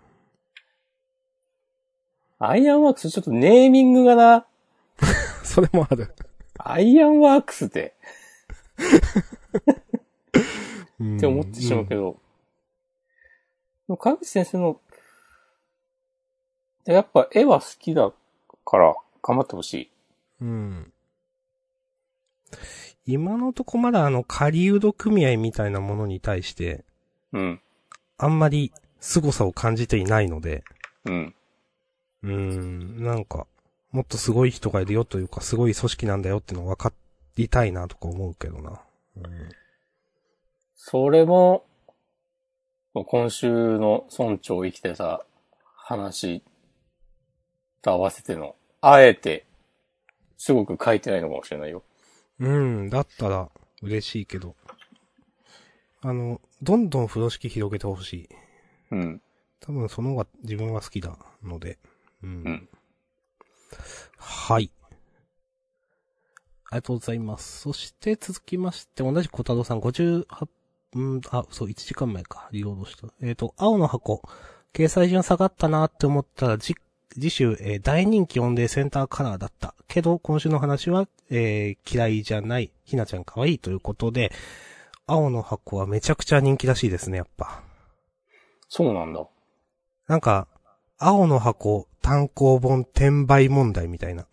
アイアンワークスちょっとネーミングがな、それもある。アイアンワークスでっって思ってしまうけど、でも川口先生の、でやっぱ絵は好きだから頑張ってほしい。うん。今のとこまだあの、狩人組合みたいなものに対して、うん。あんまり凄さを感じていないので、うん。うーん、なんか、もっとすごい人がいるよというか、すごい組織なんだよっていうのを分かりたいなとか思うけどな。それも、今週の村長生きてさ、話と合わせての、あえて、すごく書いてないのかもしれないよ。うん、だったら嬉しいけど。あの、どんどん風呂敷広げてほしい。うん。多分その方が自分は好きだので。うん。んはい。ありがとうございます。そして続きまして、同じ小太郎さん58、うんあ、そう、1時間前か。リロードした。えっ、と、青の箱。掲載順下がったなって思ったら、じ、次週、えー大人気オンデーセンターカラーだった。けど、今週の話は、えー嫌いじゃない。ひなちゃん可愛いということで、青の箱はめちゃくちゃ人気らしいですね、やっぱ。そうなんだ。なんか、青の箱、単行本転売問題みたいな、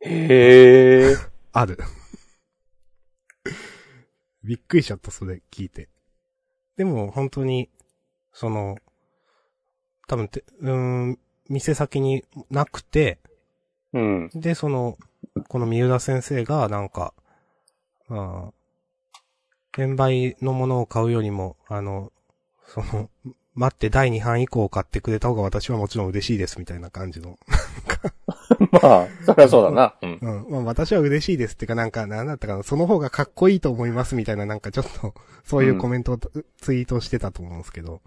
へえ。ある。 びっくりしちゃった、それ聞いて。でも、本当に、その、多分て、うーん、店先になくて、うん。で、その、この三浦先生が、なんか、あー転売のものを買うよりも、あの、その、待って第2版以降買ってくれた方が私はもちろん嬉しいです、みたいな感じの。 まあ、そりゃそうだな。 うん。うん。まあ私は嬉しいですってか、なんか、なんだったかな、その方がかっこいいと思います、みたいな、なんかちょっと、そういうコメントをつツイートしてたと思うんですけど、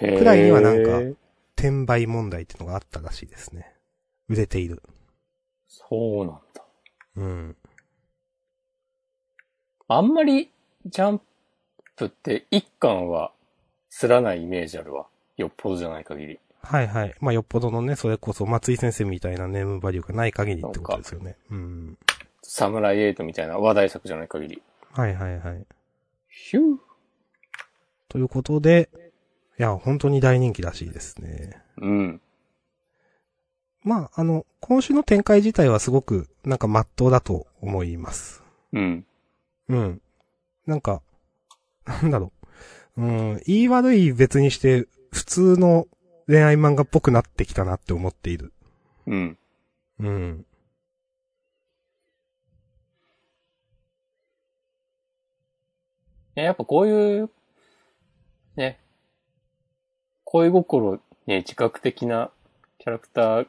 へーくらいにはなんか転売問題ってのがあったらしいですね。売れている。そうなんだ。うん。あんまりジャンプって一巻はすらないイメージあるわ。よっぽどじゃない限り。はいはい。まあ、よっぽどのね、それこそ松井先生みたいなネームバリューがない限りってことですよね。うん。サムライエイトみたいな話題作じゃない限り。はいはいはい。ヒュー。ということで、いや、本当に大人気らしいですね。うん。まあ、あの、今週の展開自体はすごく、なんか真っ当だと思います。うん。うん。なんか、なんだろう。うん、言い悪い別にして、普通の恋愛漫画っぽくなってきたなって思っている。うん。うん。ねやっぱこういう、ね、恋心ね、自覚的なキャラクター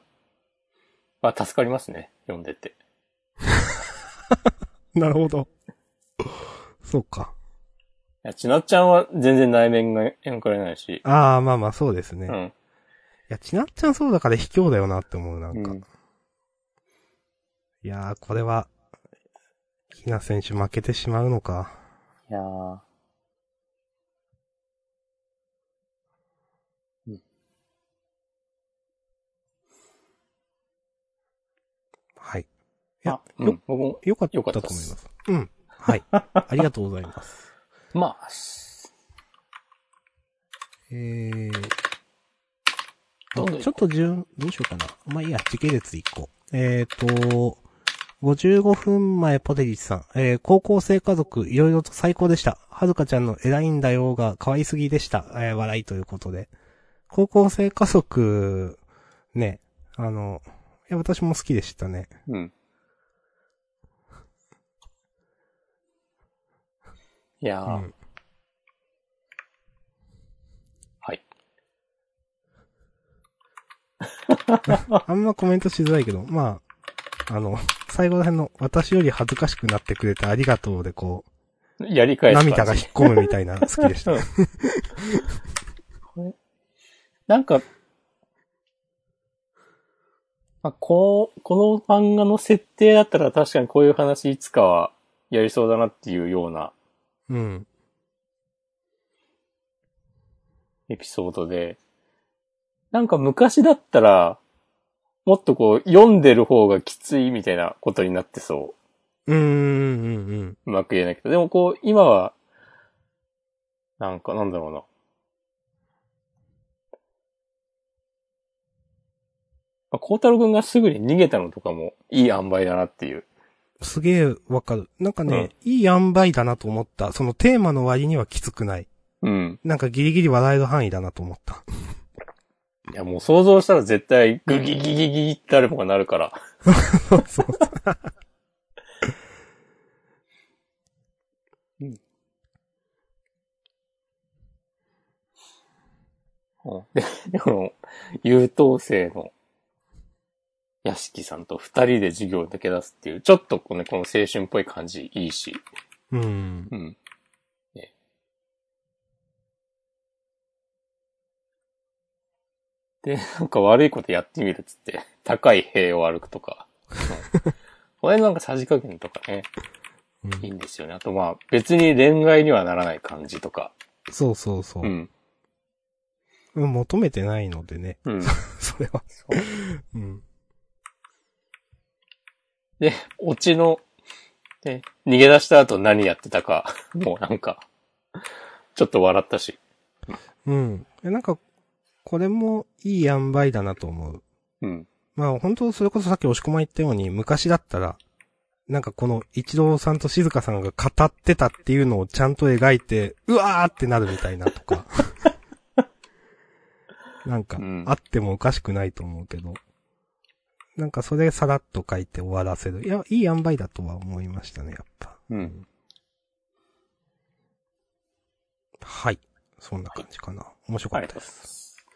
は助かりますね。読んでて。なるほど。そうか。いや、ちなっちゃんは全然内面が描かれないし。ああ、まあまあ、そうですうね。いん。や、ちなっちゃんそうだから卑怯だよなって思う、なんか。うんいやー、これは、ひな選手負けてしまうのか。いやー。はい。いやあ、うん、僕も、よかったよかっとた思でいますす。うん。はい。ありがとうございます。まあ、えー。どんどん行こうあちょっと順、どうしようかな。まあいいや、時系列1個。えーと、55分前、ポテリスさん。えー、高校生家族、いろいろと最高でした。はるかちゃんの偉いんだよが可愛すぎでした。えー、笑いということで。高校生家族、ね、あの、いや、私も好きでしたね。うん。いやー、うんはい。 あんまコメントしづらいけど、まあ、あの、最後ら辺の、私より恥ずかしくなってくれてありがとうで、こやりう、返す感じ涙が引っ込むみたい な、好き でした。これなんか、まあ、こう、この漫画の設定だったら確かにこういう話いつかはやりそうだなっていうようなうん。エピソードで、なんか昔だったら、もっとこう、読んでる方がきついみたいなことになってそうん、うん、うん。うまく言えないけど、でもこう、今は、なんか、なんだろうな。まあ、孝太郎くんがすぐに逃げたのとかも、いい塩梅だなっていう。すげえわかる。なんかね、いい塩梅だなと思った。そのテーマの割にはきつくない。うん。なんかギリギリ笑える範囲だなと思った。いや、もう想像したら絶対、グギギギギギって誰もがなるから。そうそう。うんで、でも、優等生の屋敷さんと二人で授業を抜け出すっていう、ちょっとこの,、この青春っぽい感じいいし。うん。うん。ねで、なんか悪いことやってみるっつって、高い塀を歩くと か。うんこれなんかさじ加減とかね、うんいいんですよね。あとまあ、別に恋愛にはならない感じとか。そうそうそうう。ん。求めてないのでね。うん。 それは。そううん。で、オチの、で、逃げ出した後何やってたか、もうなんか、ちょっと笑ったし。うん。えなんか、これもいい塩梅だなと思う。うん。まあ本当それこそさっき押し込ま言ったように、昔だったら、なんかこの一郎さんと静香さんが語ってたっていうのをちゃんと描いて、うわーってなるみたいな とか。なんかうん、あってもおかしくないと思うけど。なんかそれさらっと書いて終わらせる。いや、いい塩梅だとは思いましたね、やっぱ。うん。はい。そんな感じかな。面白かあっりがたとうごでざいす。ます。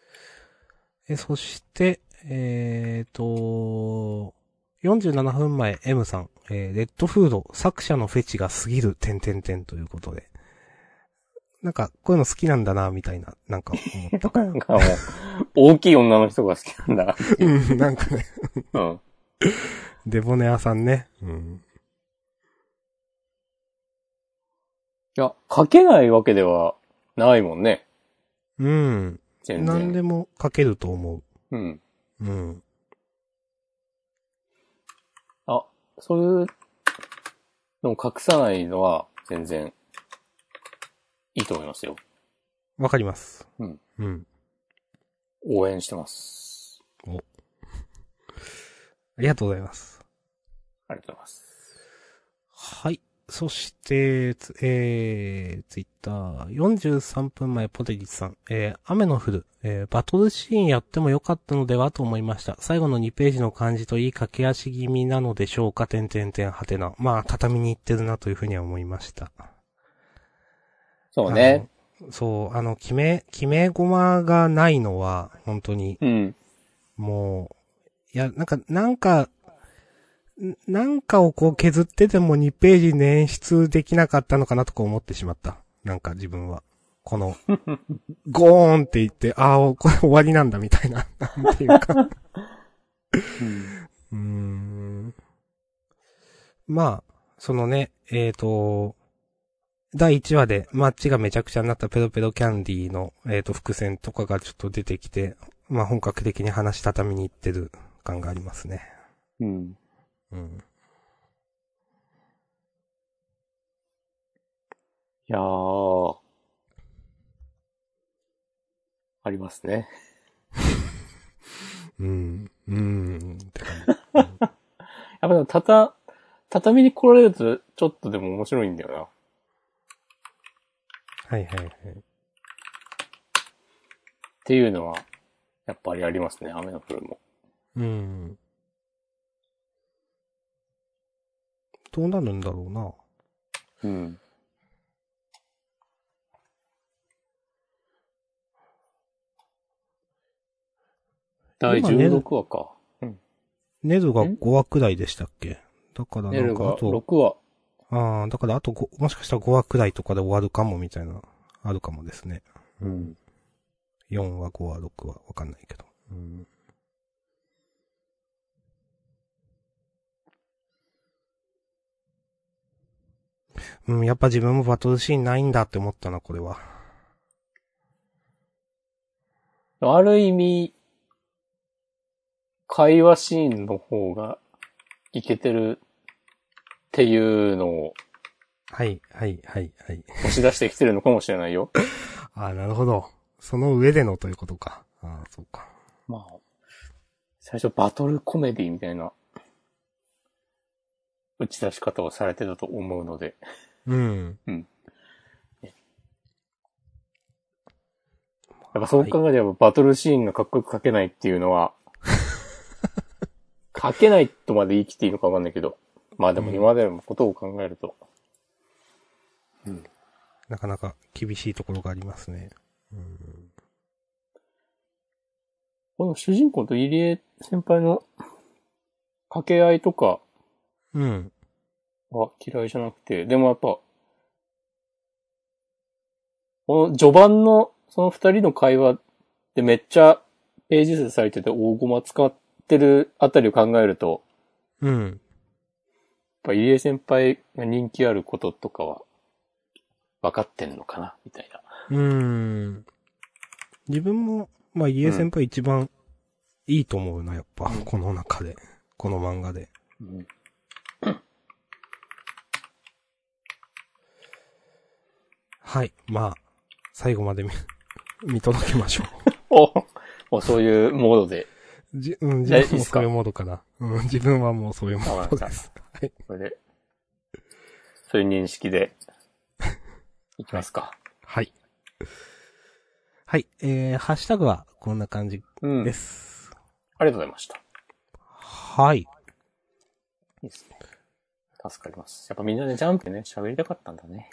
え、そして、えーと、47分前 M さん、えーレッドフード、作者のフェチが過ぎる、点点点ということで。なんか、こういうの好きなんだな、みたいな、なんか思ったかなんか もう、大きい女の人が好きなんだな。うん、なんかね、うん。デボネアさんね。うん。いや、書けないわけではないもんね。うん。全然。何でも書けると思うん。う。うん。あ、そういうのを隠さないのは全然いいと思いますよ。わかります。うん。うん。応援してます。ありがとうございます。ありがとうございます。はい。そして、つえー、ツイッター、43分前、ポテリスさん、えー、雨の降る、えー、バトルシーンやってもよかったのではと思いました。最後の2ページの感じといい駆け足気味なのでしょうか、点点点、はてな。まあ、畳に行ってるなというふうには思いました。そうね。あの。そう、あの、決め、決め駒がないのは、本当に、うん。もう、いや、なんか、なんか、んなんかをこう削ってでも2ページ捻出できなかったのかなとか思ってしまった。なんか自分は。この、ゴーンって言って、ああ、これ終わりなんだみたいな、なんていうか。うーん。まあ、そのね、えっ、と、第1話でマッチがめちゃくちゃになったペロペロキャンディーの、えっ、と、伏線とかがちょっと出てきて、まあ本格的に話し畳みに行ってる感がありますね。うん。うん。いやー。ありますね。うん。うん。って感やっぱでも、たた、畳に来られると、ちょっとでも面白いんだよじ。はいはいはい。な。っていうのは、やっぱりありますね。雨の降るも。うん。どうなるんだろうな。うん。第今ね16話か。うん。ネルがん5話くらいでしたっけだからネなルんかあがと、 6話。ああ、だからあと5、もしかしたら5話くらいとかで終わるかもみたいな、あるかもですね。うん。 4話、5話、6話、わかんないけど。うん。うん、やっぱ自分もバトルシーンないんだって思ったな、これは。ある意味、会話シーンの方が、いけてるっていうのをはい、はい、はい、はい。押し出してきてるのかもしれないよ。 ああ、なるほど。その上でのということか。ああ、そうか。 まあ、最初バトルコメディみたいな打ち出し方をされてたと思うので、うん。やっぱそう考えればバトルシーンがかっこよく描けないっていうのは、描けないとまで言い切っていいのかわかんないけど、まあでも今までのことを考えると、なかなか厳しいところがありますね。この主人公と入江先輩の掛け合いとかうん。うん。は嫌いじゃなくて、でもやっぱ、この序盤のその二人の会話ってめっちゃページ数されてて大駒使ってるあたりを考えると、うん。やっぱ入江先輩が人気あることとかは分かってんのかなみたいな。うん。自分も、まあ、家先輩一番いいと思うな、やっぱ。この中で。この漫画で。はい。まあ、最後まで見、見届けま しょおもうそういうモードで、う。じ、うん、自えい分いっもすかそういうモードかな。うん、自分はもうそういうモードです。はい。それで、そういう認識で、いきますか。はい。はい。えー、ハッシュタグはこんな感じうん。ありでがす。とうございました。はい。いいですね。助かります。やっぱみんなでジャンプね、喋りたかったんだね。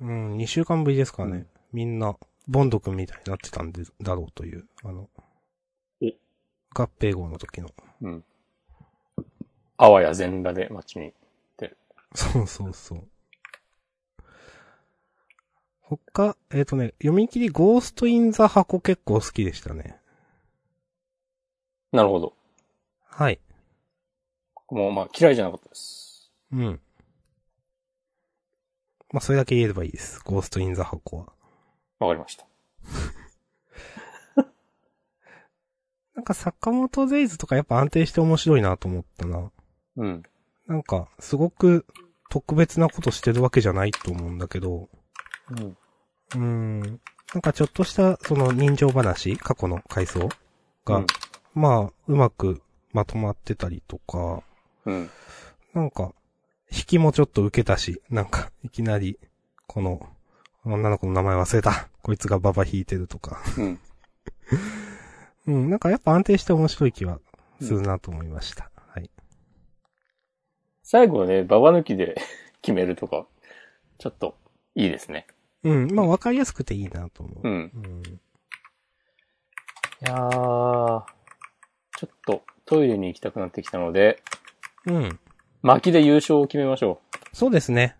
うん、2週間ぶりですからね。みんな、ボンド君みたいになってたんで、だろうという、あの、え合併号の時の。 うん。あわや全裸で街に。そうそうそう。他、えっ、とね、読み切りゴーストインザ箱結構好きでしたね。なるほど。はい。もうまあ嫌いじゃなかったです。うん。まあ、それだけ言えればいいです。ゴーストインザ箱は。わかりました。なんか坂本ゼイズとかやっぱ安定して面白いなと思ったな。うん。なんか、すごく特別なことしてるわけじゃないと思うんだけど、うん。うーん。なんかちょっとした、その人情話、過去の回想が、うんまあ、うまくまとまってたりとか、うん。なんか、引きもちょっと受けたし、なんか、いきなり、この、女の子の名前忘れた。こいつがババ引いてるとか。うん。うん、なんかやっぱ安定して面白い気はするなと思いました。はい。最後ね、ババ抜きで 決めるとか、ちょっといいですね。うん、まあわかりやすくていいなと思うう。ん。うん。いやー、ちょっとトイレに行きたくなってきたので、うん。巻きで優勝を決めましょそうですね。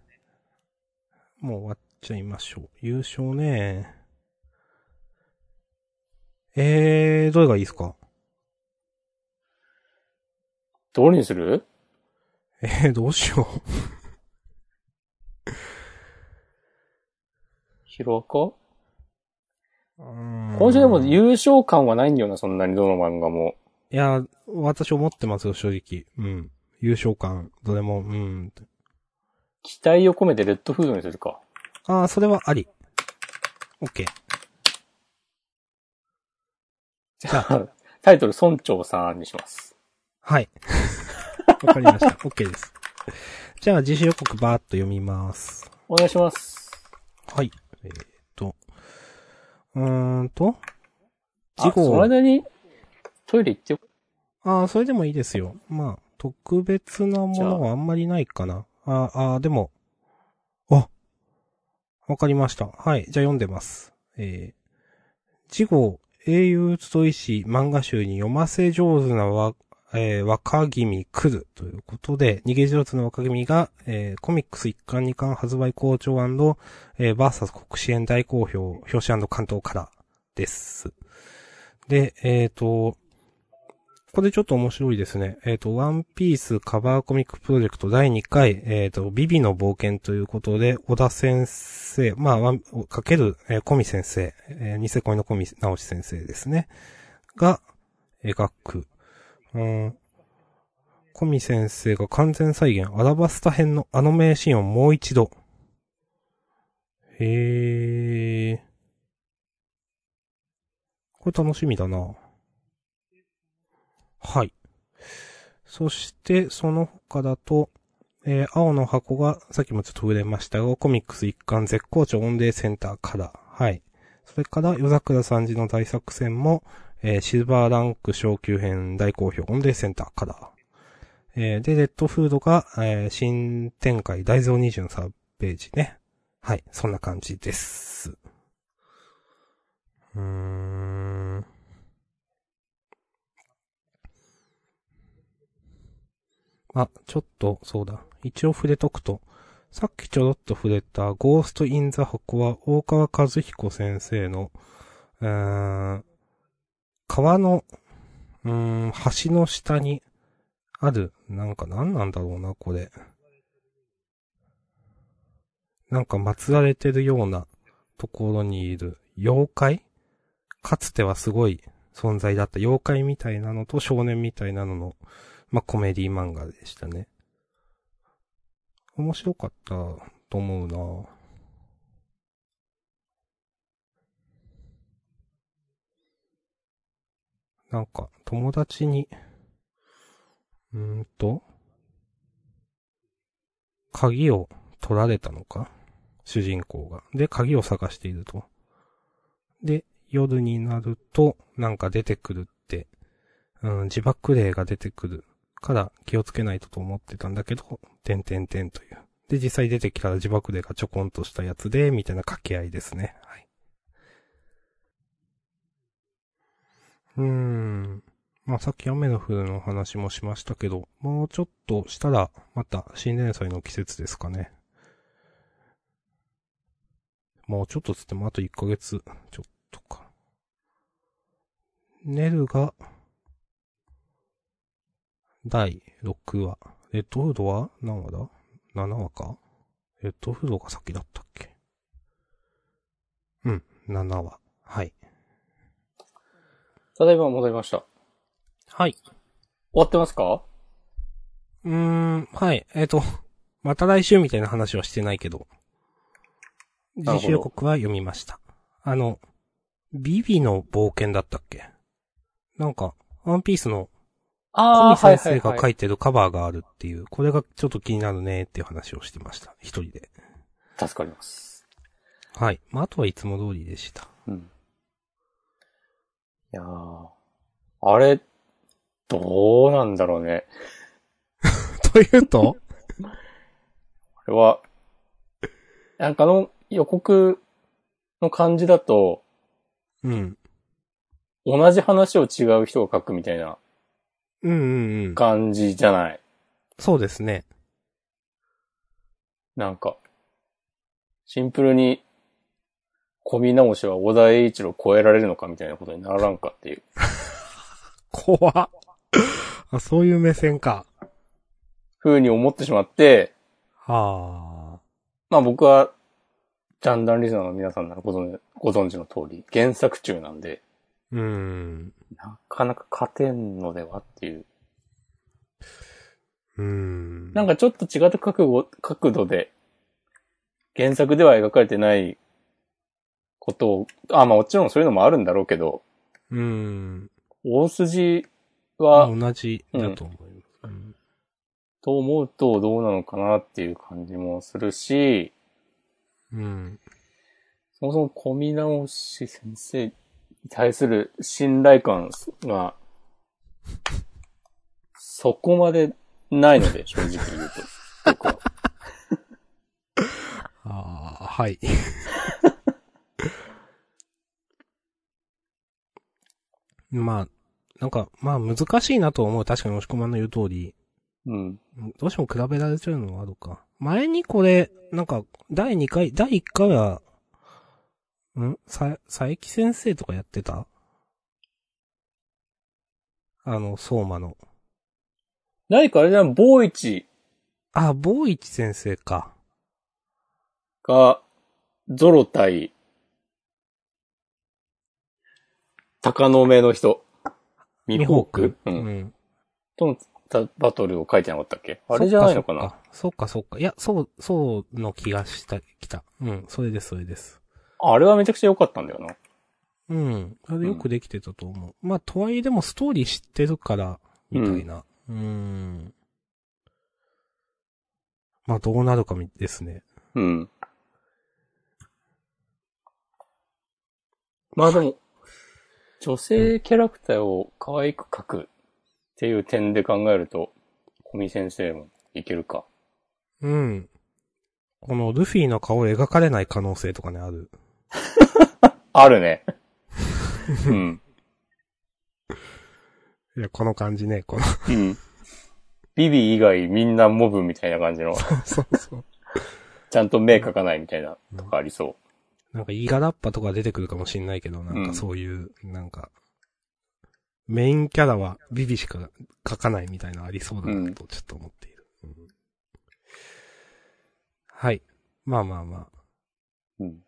もう終わっちゃいましょう。優勝ね。えー、どれがいいですかう。どれにするえー、どうしよヒロアカう。今今週でもう。優勝感はないんだよな、そんなにどの漫画も。いや、私思ってますよ、正直。うん。優勝感、どれも、うん。期待を込めてレッドフードにするか。あー、それはあり。オ ッケー。じゃあ、タイトル、村長さんにします。はい。わかりま した。オッケーです。じゃあ、自主予告バーっと読みます。お願いします。はい。えーっと。うーんと。あ、事そ後の。間に、トイレ行ってよ。ああ、それでもいいですよ。まあ、特別なものはあんまりないかな。あーあー、でも。あわかりました。はい。じゃあ読んでます。えー、事後、英雄つといし漫画集に読ませ上手なわ、えー若君来るということで、逃げ上手な若君が、えーコミックス1巻2巻発売好調えー、バーサス国支援大好評、表紙関東からです。で、えっ、と、これちょっと面白いですね。えっ、と、ワンピースカバーコミックプロジェクト第2回、えっ、と、ビビの冒険ということで、小田先生、まあワン、かける、えーコミ先生、えーニセコイのコミ直し先生ですね。が、描く。うん。コミ先生が完全再現、アラバスタ編のあの名シーンをもう一度。へえ。これ楽しみだな。はい。そして、その他だと、えー青の箱が、さっきもちょっと触れましたが、コミックス一貫絶好調オンデーセンターから。はい。それから、夜桜さんじの大作戦も、えーシルバーランク昇級編大好評オンデーセンターから。えーで、レッドフードが、えー新展開大蔵23ページね。はい。そんな感じです。うーん。あ、ちょっと、そうだ。一応触れとくと。さっきちょろっと触れた、ゴースト・イン・ザ・箱は、大川和彦先生の、うーん、川の、うーん、橋の下にある、なんか何なんだろうな、これ。なんか祀られてるようなところにいる妖怪かつてはすごい存在だった妖怪みたいなのと少年みたいなのの、まあ、コメディ漫画でしたね。面白かったと思うななんか、友達に、うーんと、鍵を取られたのか主人公が。で、鍵を探していると。で、夜になると、なんか出てくるって、うん、自爆霊が出てくるから気をつけないとと思ってたんだけど、てんてんてんという。で、実際出てきたら自爆霊がちょこんとしたやつで、みたいな掛け合いですね。はい。うーん。まあ、さっき雨の降るの話もしましたけど、もうちょっとしたら、また新連載の季節ですかね。もうちょっとつってもあと1ヶ月ちょっとか。ネルが、第6話。レッドフードは何話だ ?7 話かレッドフードが先だったっけうん、7話。はい。ただいま戻りました。終はい。わってますかうーん、はい。えっ、と、また来週みたいな話はしてないけど、なるほど自主予告は読みました。あの、ビビの冒険だったっけなんか、ワンピースの小あ見先生が書いいてるカバーがあるっていう、これがちょっと気になるねっていう話をしてました。一人で。助かります。はい。まあ、あとはいつも通りでした。うん。いやーあれ、どうなんだろうね。 というとこれは、なんかあの予告の感じだと、うん。同じ話を違う人が書くみたいなうんうんうん。感じじゃない。そうですね。なんか、シンプルに、小見直しは小田栄一郎を超えられるのかみたいなことにならんかっていう。怖っあ、そういう目線か。風に思ってしまって、はあ。まあ僕は、ジャンダンリスナーの皆さんならご存ご存知の通り、原作中なんで、うん。なかなか勝てんのではっていう。うん。なんかちょっと違った覚悟角度で、原作では描かれてないことを、あ、まあもちろんそういうのもあるんだろうけど、うん。大筋は、同じだと思います。うんと思うとどうなのかなっていう感じもするし、うん。そもそも小見直し先生に対する信頼感が、そこまでないので、正直言うと。僕は。ああ、はい。 まあ、なんか、まあ難しいなと思う。確かに押し込まんの言う通り、うん。どうしても比べられちゃうのはあるか。前にこれ、なんか、第2回、第1回は、んさ、佐伯先生とかやってたあの、相馬の。何かあれじゃん、ボーイチあ、坊一先生か。が、ゾロ対、鷹の目の人、ミホーク、ううんん。とのたバトルを書いてなかったっけあれじゃないのかなそっかそっかそっか。いや、そう、そうの気がした、きた。うん、それです、それです。あれはめちゃくちゃ良かったんだよな。うん。それでよくできてたと思う。まあ、とはいえでもストーリー知ってるから、みたいな。うん。んまあ、どうなるかみですね。うん。まあでも、女性キャラクターを可愛く描くっていう点で考えると、小見先生もいけるか。うん。このルフィの顔描かれない可能性とかね、ある。ある ね。うん。いや、この感じね、この、 うん。ビビ以外みんなモブみたいな感じの、そうそう。ちゃんと目描かないみたいなとかありそなんか、イガラッパとか出てくるかもしんないけど、なんうんかそういう、なんか、メインキャラはビビしか書かないみたいなのありそうだなと、ちょっと思っている。うんはい。まあまあまあ。う。うん。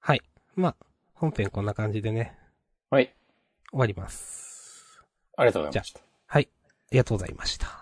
はい。まあ、本編こんな感じでね、はい。終わります。ありがとうございました。ありがとうございました。